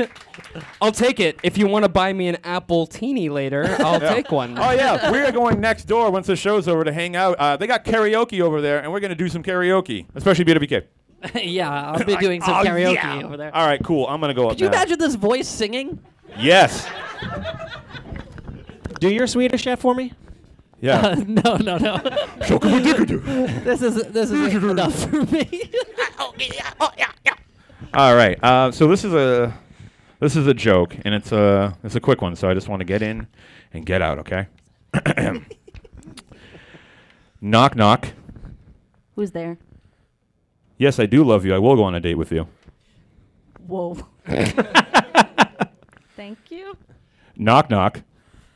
S4: I'll take it. If you want to buy me an apple teeny later, I'll
S2: Yeah.
S4: take one. *laughs*
S2: Oh yeah, we are going next door once the show's over to hang out. Uh, they got karaoke over there, and we're gonna do some karaoke, especially BWK.
S3: *laughs* yeah, I'll be doing
S2: oh,
S3: some karaoke over there.
S2: All right, cool. I'm gonna go up.
S3: Could you
S2: now.
S3: imagine this voice singing? *laughs*
S2: Yes.
S6: Do your Swedish chef for me.
S3: *laughs*
S2: Yeah.
S3: no, no, no. this is this is
S2: *laughs*
S3: enough for me. *laughs*
S2: All right. Uh, so this is a this is a joke, and it's a it's a quick one. So I just want to get in and get out. Okay. *coughs* knock knock.
S11: Who's there?
S2: Yes, I do love you. I will go on a date with you.
S11: Whoa. *laughs* Thank you.
S2: Knock knock.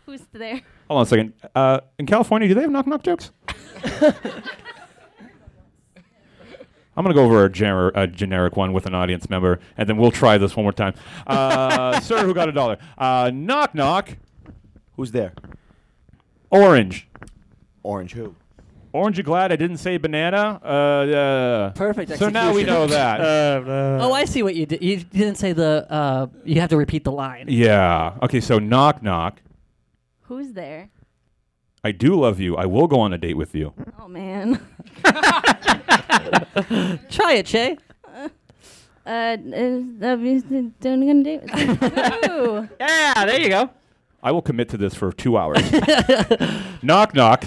S11: Who's there?
S2: Hold on a second. Uh, in California, do they have knock knock
S7: *laughs*
S2: jokes? I'm gonna go over a, gener- a generic one with an audience member, and then we'll try this one more time.
S7: *laughs*
S2: Uh, sir, who got a dollar? Uh, knock knock.
S12: Who's there?
S2: Orange.
S12: Orange who?
S2: Orange, you glad I didn't say banana? Uh, uh,
S7: Perfect
S2: So now we
S7: execution. Uh,
S2: know
S7: *laughs*
S2: that.
S3: oh, I see what you did. You didn't say the. Uh, you have to repeat the line.
S2: yeah. Okay. So knock knock.
S11: Who's there?
S2: I do love you. I will go on a date with you.
S11: Oh man.
S3: Try it, Shay.
S11: Uh, is that me- don't gonna date *laughs* with- Ooh.
S6: Yeah, there you go.
S2: I will commit to this for two hours. *laughs* knock knock.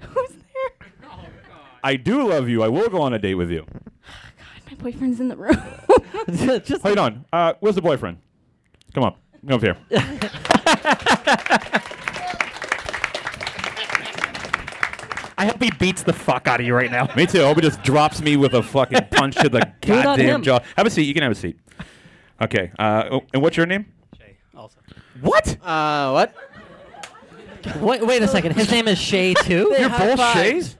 S11: Who's there?
S2: I do love you. I will go on a date with you.
S11: My boyfriend's in the room.
S3: *laughs* Just
S2: Hold on. Uh, where's the boyfriend? Come on. Come over here.
S6: *laughs* I hope he beats the fuck out of you right now.
S2: me
S6: *laughs*
S2: too. I hope he just drops me with a fucking punch to the
S3: it on him.
S2: goddamn jaw. Have a seat. You can have a seat. Okay. Uh, oh, and what's your name?
S6: Also.
S2: What?
S7: Uh, what?
S3: *laughs* wait, wait a second. His name is Shay too.
S2: *laughs* You're both Shays?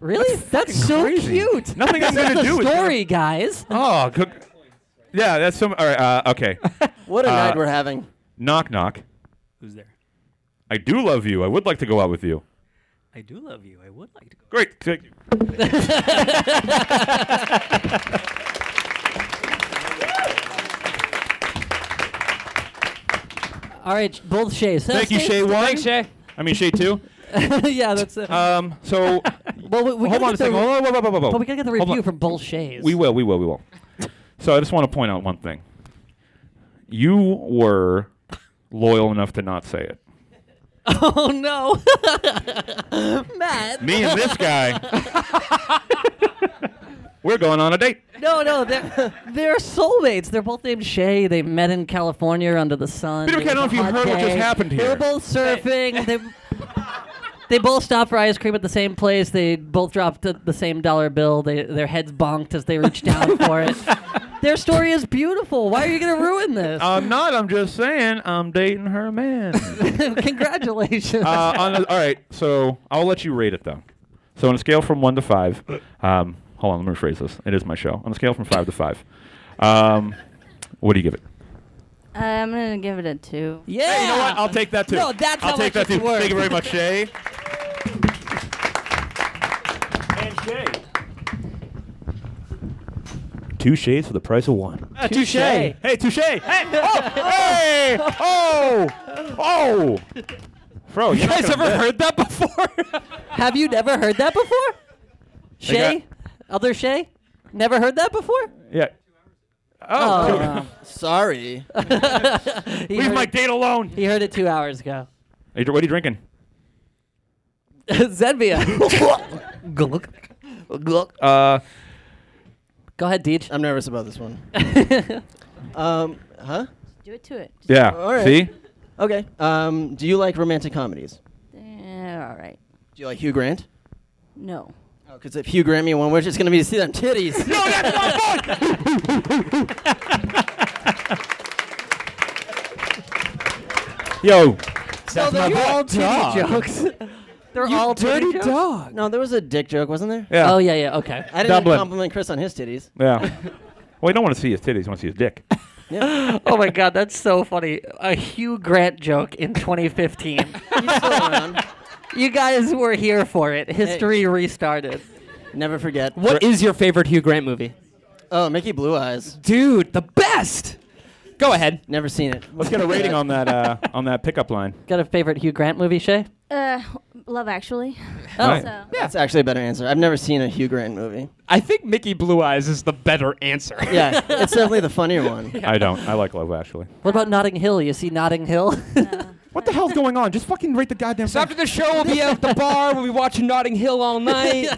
S3: really? That's, so cute.
S2: Nothing I'm
S3: That's
S2: gonna
S3: the
S2: do is gonna-
S3: story, guys.
S2: Oh, cook. Yeah, that's some. All right. Uh, okay.
S7: What a
S2: Uh,
S7: night we're having.
S2: knock knock.
S6: Who's there?
S2: I do love you. I would like to go out with you.
S6: I do love you. I would like to go.
S2: Great. Thank you.
S3: All right, both Shays.
S2: Thank you, Shay One.
S4: Thanks, Shay.
S2: I mean, Shay Two.
S3: *laughs* yeah, that's it.
S2: Um. So,
S3: well, *laughs* we, we
S2: hold on
S3: gotta
S2: a
S3: get the
S2: second.
S3: re-
S2: Whoa, whoa, whoa, whoa, whoa, whoa.
S3: But we gotta get the
S2: Hold on.
S3: review from both Shays.
S2: We will. We will. We will. so I just want to point out one thing. You were loyal enough to not say it.
S3: *laughs* Oh no, *laughs* Matt.
S2: Me and this
S3: *laughs*
S2: guy. We're going on a date.
S3: No, no, they're, they're soulmates. They're both named Shay. They met in California under the sun.
S2: Peter,
S3: It was
S2: I don't know
S3: a
S2: if you
S3: hot
S2: heard what just
S3: day.
S2: happened
S3: They
S2: here.
S3: were both surfing. they, they both stopped for ice cream at the same place. They both dropped the, the same dollar bill. They, their heads bonked as they reached down
S2: *laughs*
S3: for it. Their story is beautiful. Why are you going to ruin this?
S2: I'm not. I'm just saying. I'm dating her man.
S3: *laughs* Congratulations.
S2: uh, on a, all right, so I'll let you rate it though. So on a scale from one to five, um, hold on, let me rephrase this. It is my show. On a scale from five to five, um, what do you give it?
S11: Uh, I'm gonna give it a two.
S3: *laughs* Yeah.
S2: you know what? I'll take that too.
S11: No, that's
S2: I'll
S11: how
S2: take
S11: much
S2: that too.
S11: it's worth.
S2: Thank you very much, Shay.
S9: And Shay.
S2: Two shades for the price of one.
S9: Ah, touche. Hey, touche. Hey. Oh,
S2: hey. Oh. Oh. Bro,
S4: you guys ever heard that before?
S3: Have you never heard that before? Shay? Other Shay? Never heard that before?
S2: Yeah.
S3: Oh.
S7: Sorry.
S3: Leave
S2: my date alone.
S3: He heard it two hours ago.
S2: Hey, dr- What are you drinking?
S3: *laughs* Zenvia. *laughs* Glug. Glug.
S2: Uh,
S3: Go ahead, Deej.
S7: I'm nervous about this one. um, huh?
S11: Do it to it.
S2: Yeah.
S7: All right.
S2: See?
S7: *laughs* Okay. Um, do you like romantic comedies?
S3: eh,
S11: Yeah, all right.
S7: Do you like Hugh Grant?
S11: No.
S7: Because Oh, if Hugh Grant me one, we're just gonna be to see them titties. *laughs* no, that's
S2: Yo.
S7: no,
S2: That's my
S7: they're all
S2: boy.
S7: titty
S2: Dog.
S7: jokes.
S3: They're all
S7: dirty
S3: jokes?
S7: dog. No, there was a dick joke, wasn't there?
S2: Yeah.
S3: Oh, yeah, yeah, okay.
S7: I didn't
S2: Dublin.
S7: compliment Chris on his titties.
S2: Yeah. well, you don't want to see his titties. You want to see his dick.
S3: *laughs* oh my god, that's so funny. A Hugh Grant joke in 2015. *laughs*
S7: *laughs*
S3: you guys were here for it. History restarted.
S7: Never forget.
S4: What is your favorite Hugh Grant movie?
S7: Oh, Mickey Blue Eyes.
S4: Dude, the best. Go ahead.
S7: Never seen it.
S2: Let's get a rating on that uh, on that pickup line.
S3: Got a favorite Hugh Grant movie, Shay?
S11: Uh, Love Actually.
S7: Oh. Right.
S11: So,
S7: That's actually a better answer. I've never seen a Hugh Grant movie.
S4: I think Mickey Blue Eyes is the better answer.
S7: Yeah, it's definitely the funnier one.
S2: I don't. I like Love Actually.
S3: What about Notting Hill? You see Notting *laughs* Hill?
S2: What the hell's going on? Just fucking rate the goddamn.
S4: So after the show, we'll be out at the bar. We'll be watching Notting Hill all night.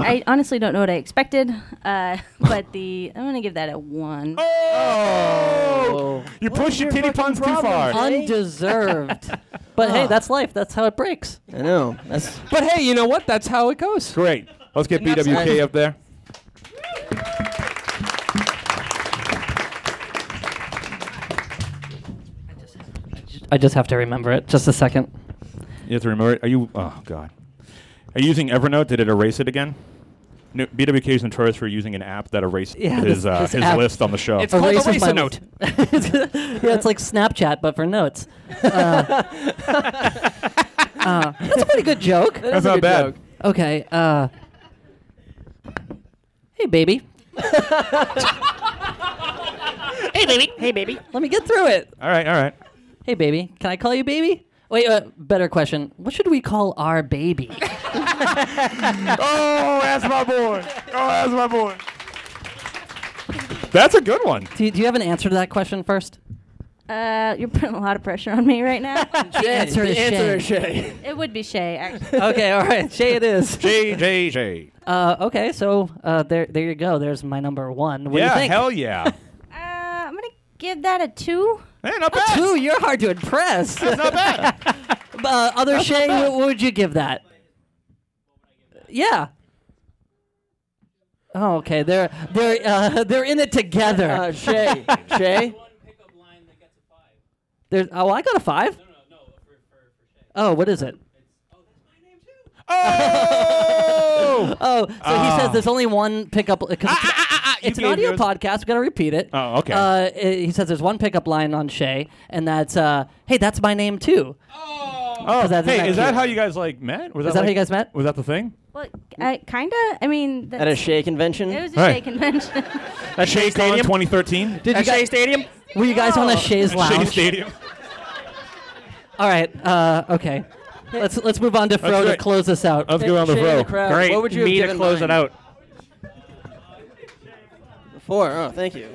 S11: I honestly don't know what I expected, uh, *laughs* but the I'm gonna give that a one.
S2: Oh! You pushed your titty puns too far.
S3: *laughs* Undeserved.
S2: *laughs*
S3: but hey, that's life. That's how it breaks.
S7: I know. *laughs* That's
S4: But hey, you know what? That's how
S2: *laughs*
S4: it goes.
S2: Great. Let's get
S4: And that's-
S2: BWK up there.
S3: I just have to remember it. Just a second.
S2: You have to remember it. Are you? Oh God. Are you using Evernote? Did it erase it again? No, BWK is notorious for using an app that erased
S3: Yeah,
S2: his
S3: this-
S2: uh,
S3: this
S2: his
S3: app-
S2: list on the show.
S4: It's called
S3: Erase
S4: Erase-a
S3: my-
S4: Note.
S3: *laughs* yeah, it's like Snapchat, but for notes. Uh, *laughs* uh, *laughs* that's a pretty good joke.
S2: That's not bad.
S3: Okay. Uh, hey, *laughs* baby. hey, baby. Hey, baby. Let me get through it.
S2: All right, all *laughs* right.
S3: Hey, baby. Can I call you baby? Wait, uh, better question. What should we call our baby?
S2: oh, that's my boy. Oh, that's my boy. That's a good one.
S3: Do you, do you have an answer to that question first?
S11: Uh, you're putting a lot of pressure on me
S6: *laughs*
S11: right now.
S3: The answer is Shay.
S11: it would be Shay, actually.
S3: okay, all right. Shay *laughs* it is.
S2: J J J.
S3: Uh, okay, so uh, there, there you go. There's my number one. What do you
S2: Yeah,
S3: think?
S2: hell yeah.
S11: Uh, I'm gonna give that a two.
S2: hey, not bad.
S3: Two, you're hard to impress.
S2: *laughs*
S3: That's
S2: not bad.
S3: *laughs* uh, other Shay, what, what would you give that? Yeah. Oh, okay. They're they're uh, *laughs* they're in it together.
S7: Uh, Shay. Shay.
S3: *laughs* There's oh, I got a five. Oh, what is it?
S2: Oh.
S3: Oh, so he says there's only one pickup.
S2: Ah,
S3: Cause it's it's an
S2: gave
S3: audio
S2: yours-
S3: podcast. We gotta repeat it.
S2: Oh, okay.
S3: Uh, i- he says there's one pickup line on Shay, and that's uh, "Hey, that's my name too."
S2: oh,
S3: that's-
S2: hey,
S3: isn't that
S2: is that
S3: cute?
S2: how you guys like met? Was
S3: Is
S2: that
S3: that how
S2: like-
S3: you guys met?
S2: Was that the thing?
S11: Well, I, kinda. I mean, that's,
S7: At a Shay convention.
S11: it was a
S2: Hey.
S11: Shay convention. *laughs*
S2: That Shea Stadium 2013.
S3: Did you guys?
S4: Stadium?
S3: Were you guys on a Shay's
S2: Shea
S3: lounge?
S2: Stadium.
S3: All right. Uh, okay. Let's let's move on to Fro to
S2: right.
S3: close this out.
S2: Let's go on the
S7: Shay in
S2: row.
S7: the crowd.
S9: Great.
S7: What would you have
S9: Me to
S7: given
S9: close it
S7: mine?
S9: out.
S7: Four. Oh, thank you.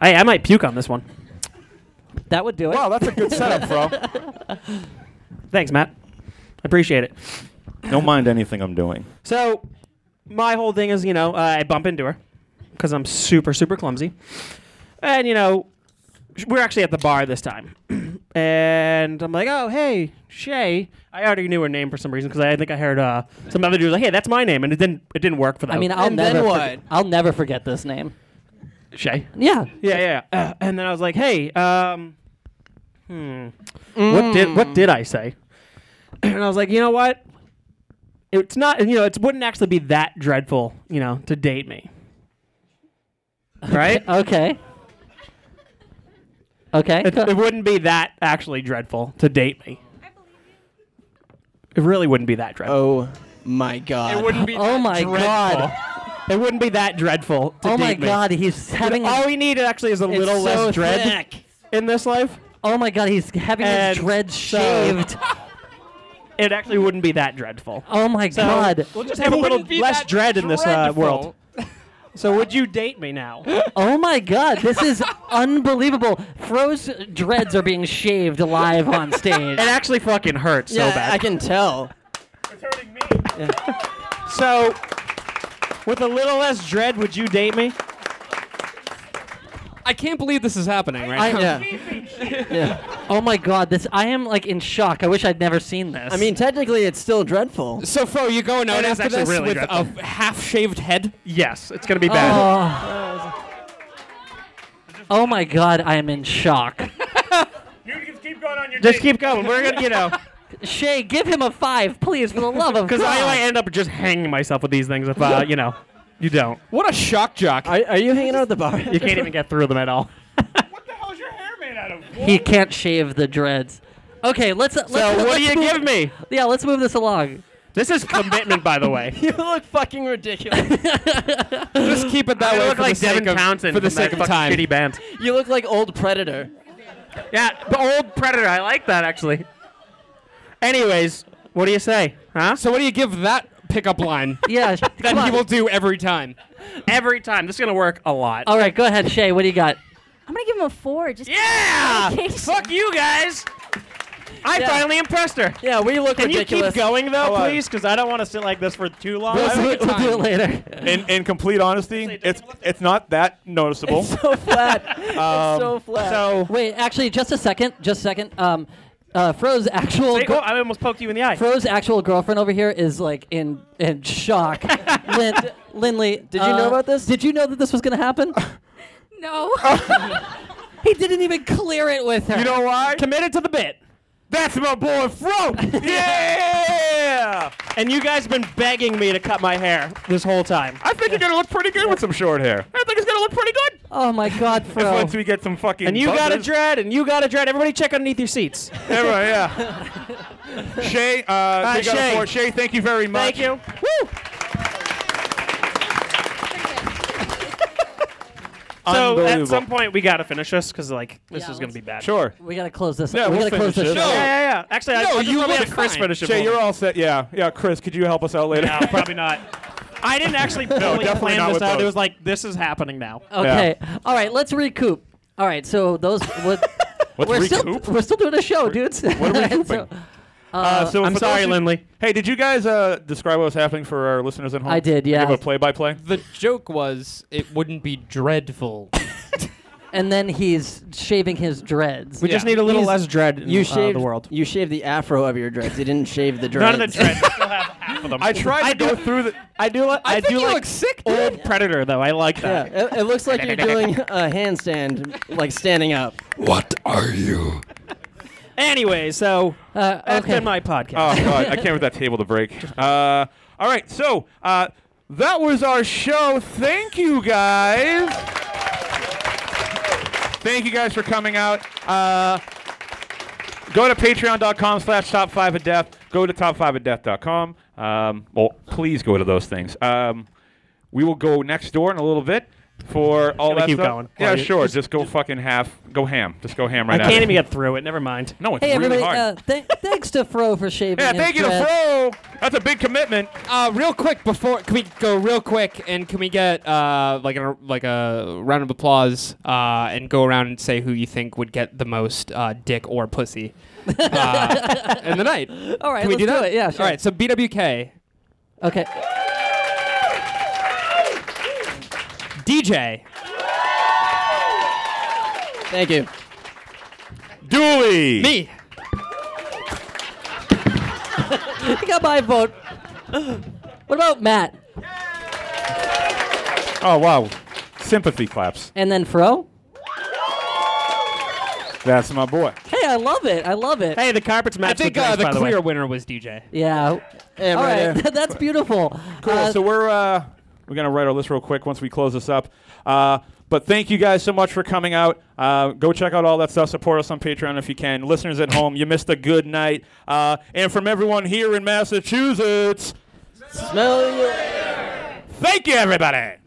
S6: Hey, I might puke on this one.
S3: That would do it.
S13: Wow, that's a good setup, bro.
S6: *laughs* Thanks, Matt. I appreciate it.
S14: Don't mind anything I'm doing.
S6: So, my whole thing is, you know, uh, I bump into her because I'm super, super clumsy. And, you know, sh- we're actually at the bar this time. *clears throat* and I'm like, oh, hey, Shay. I already knew her name for some reason because I think I heard uh, some other dude was like, hey, that's my name. And it didn't, it didn't work for
S3: *laughs*
S6: that.
S3: I mean, I'll never. forg- I'll never forget this name.
S6: Shay.
S3: Yeah.
S6: Yeah, yeah. yeah. Uh, and then I was like, "Hey, um, hmm, what did what did I say?" And I was like, "You know what? It's not. You know, it wouldn't actually be that dreadful. You know, to date me, *laughs* right?
S3: okay. Okay.
S6: It, it wouldn't be that actually dreadful to date me. It really wouldn't be that dreadful.
S7: Oh my god.
S6: It wouldn't be.
S3: Oh
S6: that
S3: my
S6: dreadful.
S3: God.
S6: It wouldn't be that dreadful. To
S3: Oh my
S6: date me.
S3: God, he's
S6: But
S3: having
S6: All
S3: his-
S6: we need actually is a
S3: It's
S6: little
S3: so
S6: less dread
S3: thick.
S6: in this life.
S3: Oh my God, he's having
S6: And
S3: his dreads
S6: so-
S3: shaved.
S6: It actually wouldn't be that dreadful.
S3: Oh my God.
S6: We'll just have a little less dread in this uh, world. So would you date me *laughs* now?
S3: Oh my God, this is unbelievable. Fro's dreads are being shaved live on stage.
S6: It actually fucking hurts
S7: Yeah,
S6: so bad.
S7: I can tell.
S6: so with a little less dread, would you date me?
S4: I can't believe this is happening right
S3: I-
S4: now.
S7: Yeah.
S3: Oh my God, this I am like in shock. I wish I'd never seen this.
S7: I mean, technically, it's still dreadful.
S4: So, Fro, you going out
S6: It is
S4: after
S6: actually
S4: this
S6: really
S4: with
S6: dreadful.
S4: a half-shaved head?
S6: Yes, it's gonna be bad.
S3: oh. Oh my God, I am in shock.
S2: You just keep going on your
S6: Just keep going. We're gonna, you *laughs* know,
S3: Shay, give him a five, please, for the love of God.
S6: because I might end up just hanging myself with these things if, uh, you know, you don't.
S4: What a shock jock!
S7: Are, are you hanging out at the bar? *laughs*
S6: You can't even get through them at all.
S2: What the hell is your hair made out of?
S3: He can't shave the dreads. Okay, let's. let's
S6: *laughs* So what
S3: let's
S6: do you
S3: move-
S6: give me?
S3: Yeah, let's move this along.
S6: This is commitment, by the *laughs* way.
S7: you look
S3: *laughs*
S7: fucking ridiculous.
S4: Just keep it that
S6: I
S4: way
S6: look
S4: for
S6: like
S4: the sake
S6: Devin
S4: of,
S6: Townsend
S4: for the
S6: from that
S4: sake of
S6: fucking
S4: time.
S6: Shitty band.
S7: you look like old Predator.
S6: Yeah, the old Predator. I like that actually. Anyways, what do you say? Huh?
S4: So, what do you give that
S6: *laughs*
S4: pickup line
S3: Yeah. come
S4: that
S3: on.
S4: he will do every time?
S6: Every time. This is gonna work a lot.
S3: All right, go ahead, Shay. What do you got?
S11: I'm gonna give him a four. Just
S6: Yeah! *laughs*
S11: Dedication.
S6: Fuck you guys! I
S3: Yeah.
S6: finally impressed her.
S7: Yeah, we look
S6: Can you
S7: ridiculous.
S6: keep going though,
S13: Hold on.
S6: please? Because I don't want to sit like this for too long.
S3: We'll,
S6: I
S3: do
S6: don't-
S3: it, we'll do
S2: *laughs*
S3: it later.
S2: In, in complete honesty, it's it's not that noticeable.
S7: so
S3: *laughs*
S7: flat. it's so flat.
S6: so
S3: Wait, actually, just a second. Just a second. Um, uh, Fro's actual.
S6: Hey,
S3: gr-
S6: oh, I almost poked you in the eye.
S3: Fro's actual girlfriend over here is like in in shock. Lin, Linley, did
S7: you know about this?
S3: Did you know that this was gonna happen?
S6: *laughs*
S11: No.
S3: he didn't even clear it with her.
S2: You know why?
S6: Committed to the bit.
S2: That's my boy
S6: *laughs*
S2: Fro. yeah.
S6: And you guys have been begging me to cut my hair this whole
S4: *laughs*
S6: time.
S2: I think you're gonna look pretty good with some short hair.
S6: I think it's gonna look pretty good.
S3: oh my God,
S2: If
S3: Fro.
S2: once we get some fucking
S6: And you got a
S2: buzzers-
S6: dread, and you got a dread. Everybody check underneath your seats.
S2: Everyone, yeah. Shay, uh, take out a
S6: Shay.
S2: four. Shay, thank you very much.
S6: Thank you. Woo! So at
S2: Unbelievable.
S6: some point we gotta finish this because like this
S3: Yeah,
S6: is gonna
S3: let's-
S6: be bad.
S2: Sure.
S3: we gotta close this.
S2: Yeah,
S3: we
S2: we'll
S3: gotta close
S2: finish
S3: this.
S2: it.
S3: up.
S2: No.
S6: Yeah, yeah, yeah. Actually, I,
S4: No,
S6: I just
S4: you
S6: probably
S4: look
S6: have Chris
S4: fine.
S6: finish it. for
S2: Shay,
S6: me.
S2: you're all set. Yeah, yeah. Chris, could you help us out later?
S6: *laughs* No, probably not. I didn't actually fully
S2: definitely
S6: plan
S2: not
S6: this
S2: with
S6: out.
S2: those.
S6: It was like this is happening now.
S3: Okay. All right. Let's recoup. All right. So those.
S2: *laughs*
S3: What,
S2: What's
S3: we're
S2: recoup?
S3: still we're still doing a show, dudes. What *laughs*
S2: are we recouping? Uh, so
S6: I'm
S2: for those
S6: sorry,
S2: who-
S6: Lindley.
S2: Hey, did you guys uh, describe what was happening for our listeners at home?
S3: I did, yeah.
S2: Give a play-by-play.
S4: The joke was it wouldn't be *laughs* dreadful.
S3: and then he's shaving his dreads.
S6: We just need a little
S7: He's-
S6: less dread in
S7: You
S6: uh,
S7: shaved
S6: the world.
S7: You shaved the afro of your dreads. You didn't shave the dreads.
S6: *laughs* None of the dread. We still have half of them.
S2: I tried to
S6: I
S2: go
S6: do-
S2: through the.
S6: I do. Li- I,
S4: think
S6: do
S4: you
S6: like
S4: look sick,
S6: Old Predator though. I like
S7: *laughs* Yeah,
S6: that.
S7: it, it looks like you're doing a handstand, like standing up.
S6: Anyway, so
S3: Uh,
S6: that's
S3: okay.
S6: been my podcast.
S2: Oh God, I can't with that table to break. Uh, all right, so uh, that was our show. Thank you guys. Thank you guys for coming out. Uh, go to patreon.com slash top five of death. Go to top five of death.com. Um, well, please go to those things. Um, we will go next door in a little bit. for all
S6: Gotta
S2: that
S6: keep
S2: stuff?
S6: going.
S2: Yeah,
S6: Why you-
S2: sure. Just go fucking half. Go ham. Just go ham right
S6: I
S2: now.
S6: can't even get through it. Never mind.
S2: No, it's
S3: hey,
S2: really
S3: everybody.
S2: hard.
S3: Uh, th- thanks to Fro for shaving.
S2: yeah,
S3: his
S2: thank you to
S3: dread.
S2: Fro. That's a big commitment.
S4: Uh, real quick before can we go real quick and can we get uh like a like a round of applause uh and go around and say who you think would get the most uh, dick or pussy
S3: *laughs*
S4: uh, in the night?
S3: All right,
S4: can we
S3: let's do
S4: that?
S3: it. Yeah, sure.
S4: All right, so BWK,
S3: Okay. *laughs*
S4: DJ,
S7: Thank you.
S2: Dooley.
S4: me.
S3: I got my vote. What about Matt?
S2: Oh wow. Sympathy claps.
S3: And then Fro?
S2: That's my boy.
S3: Hey, I love it. I love it.
S6: Hey, the carpets match
S4: I think
S6: the, dress,
S4: uh, the
S6: by the way.
S4: clear winner was DJ.
S3: Yeah.
S7: Yeah,
S3: All
S7: right
S3: right. *laughs*
S7: there.
S3: That's beautiful.
S2: Cool.
S3: Uh,
S2: so we're uh, we're gonna write our list real quick once we close this up. Uh, but thank you guys so much for coming out. Uh, go check out all that stuff. Support us on Patreon if you can. Listeners at home, you missed a good night. Uh, and from everyone here in Massachusetts,
S7: Smell you.
S2: thank you, everybody.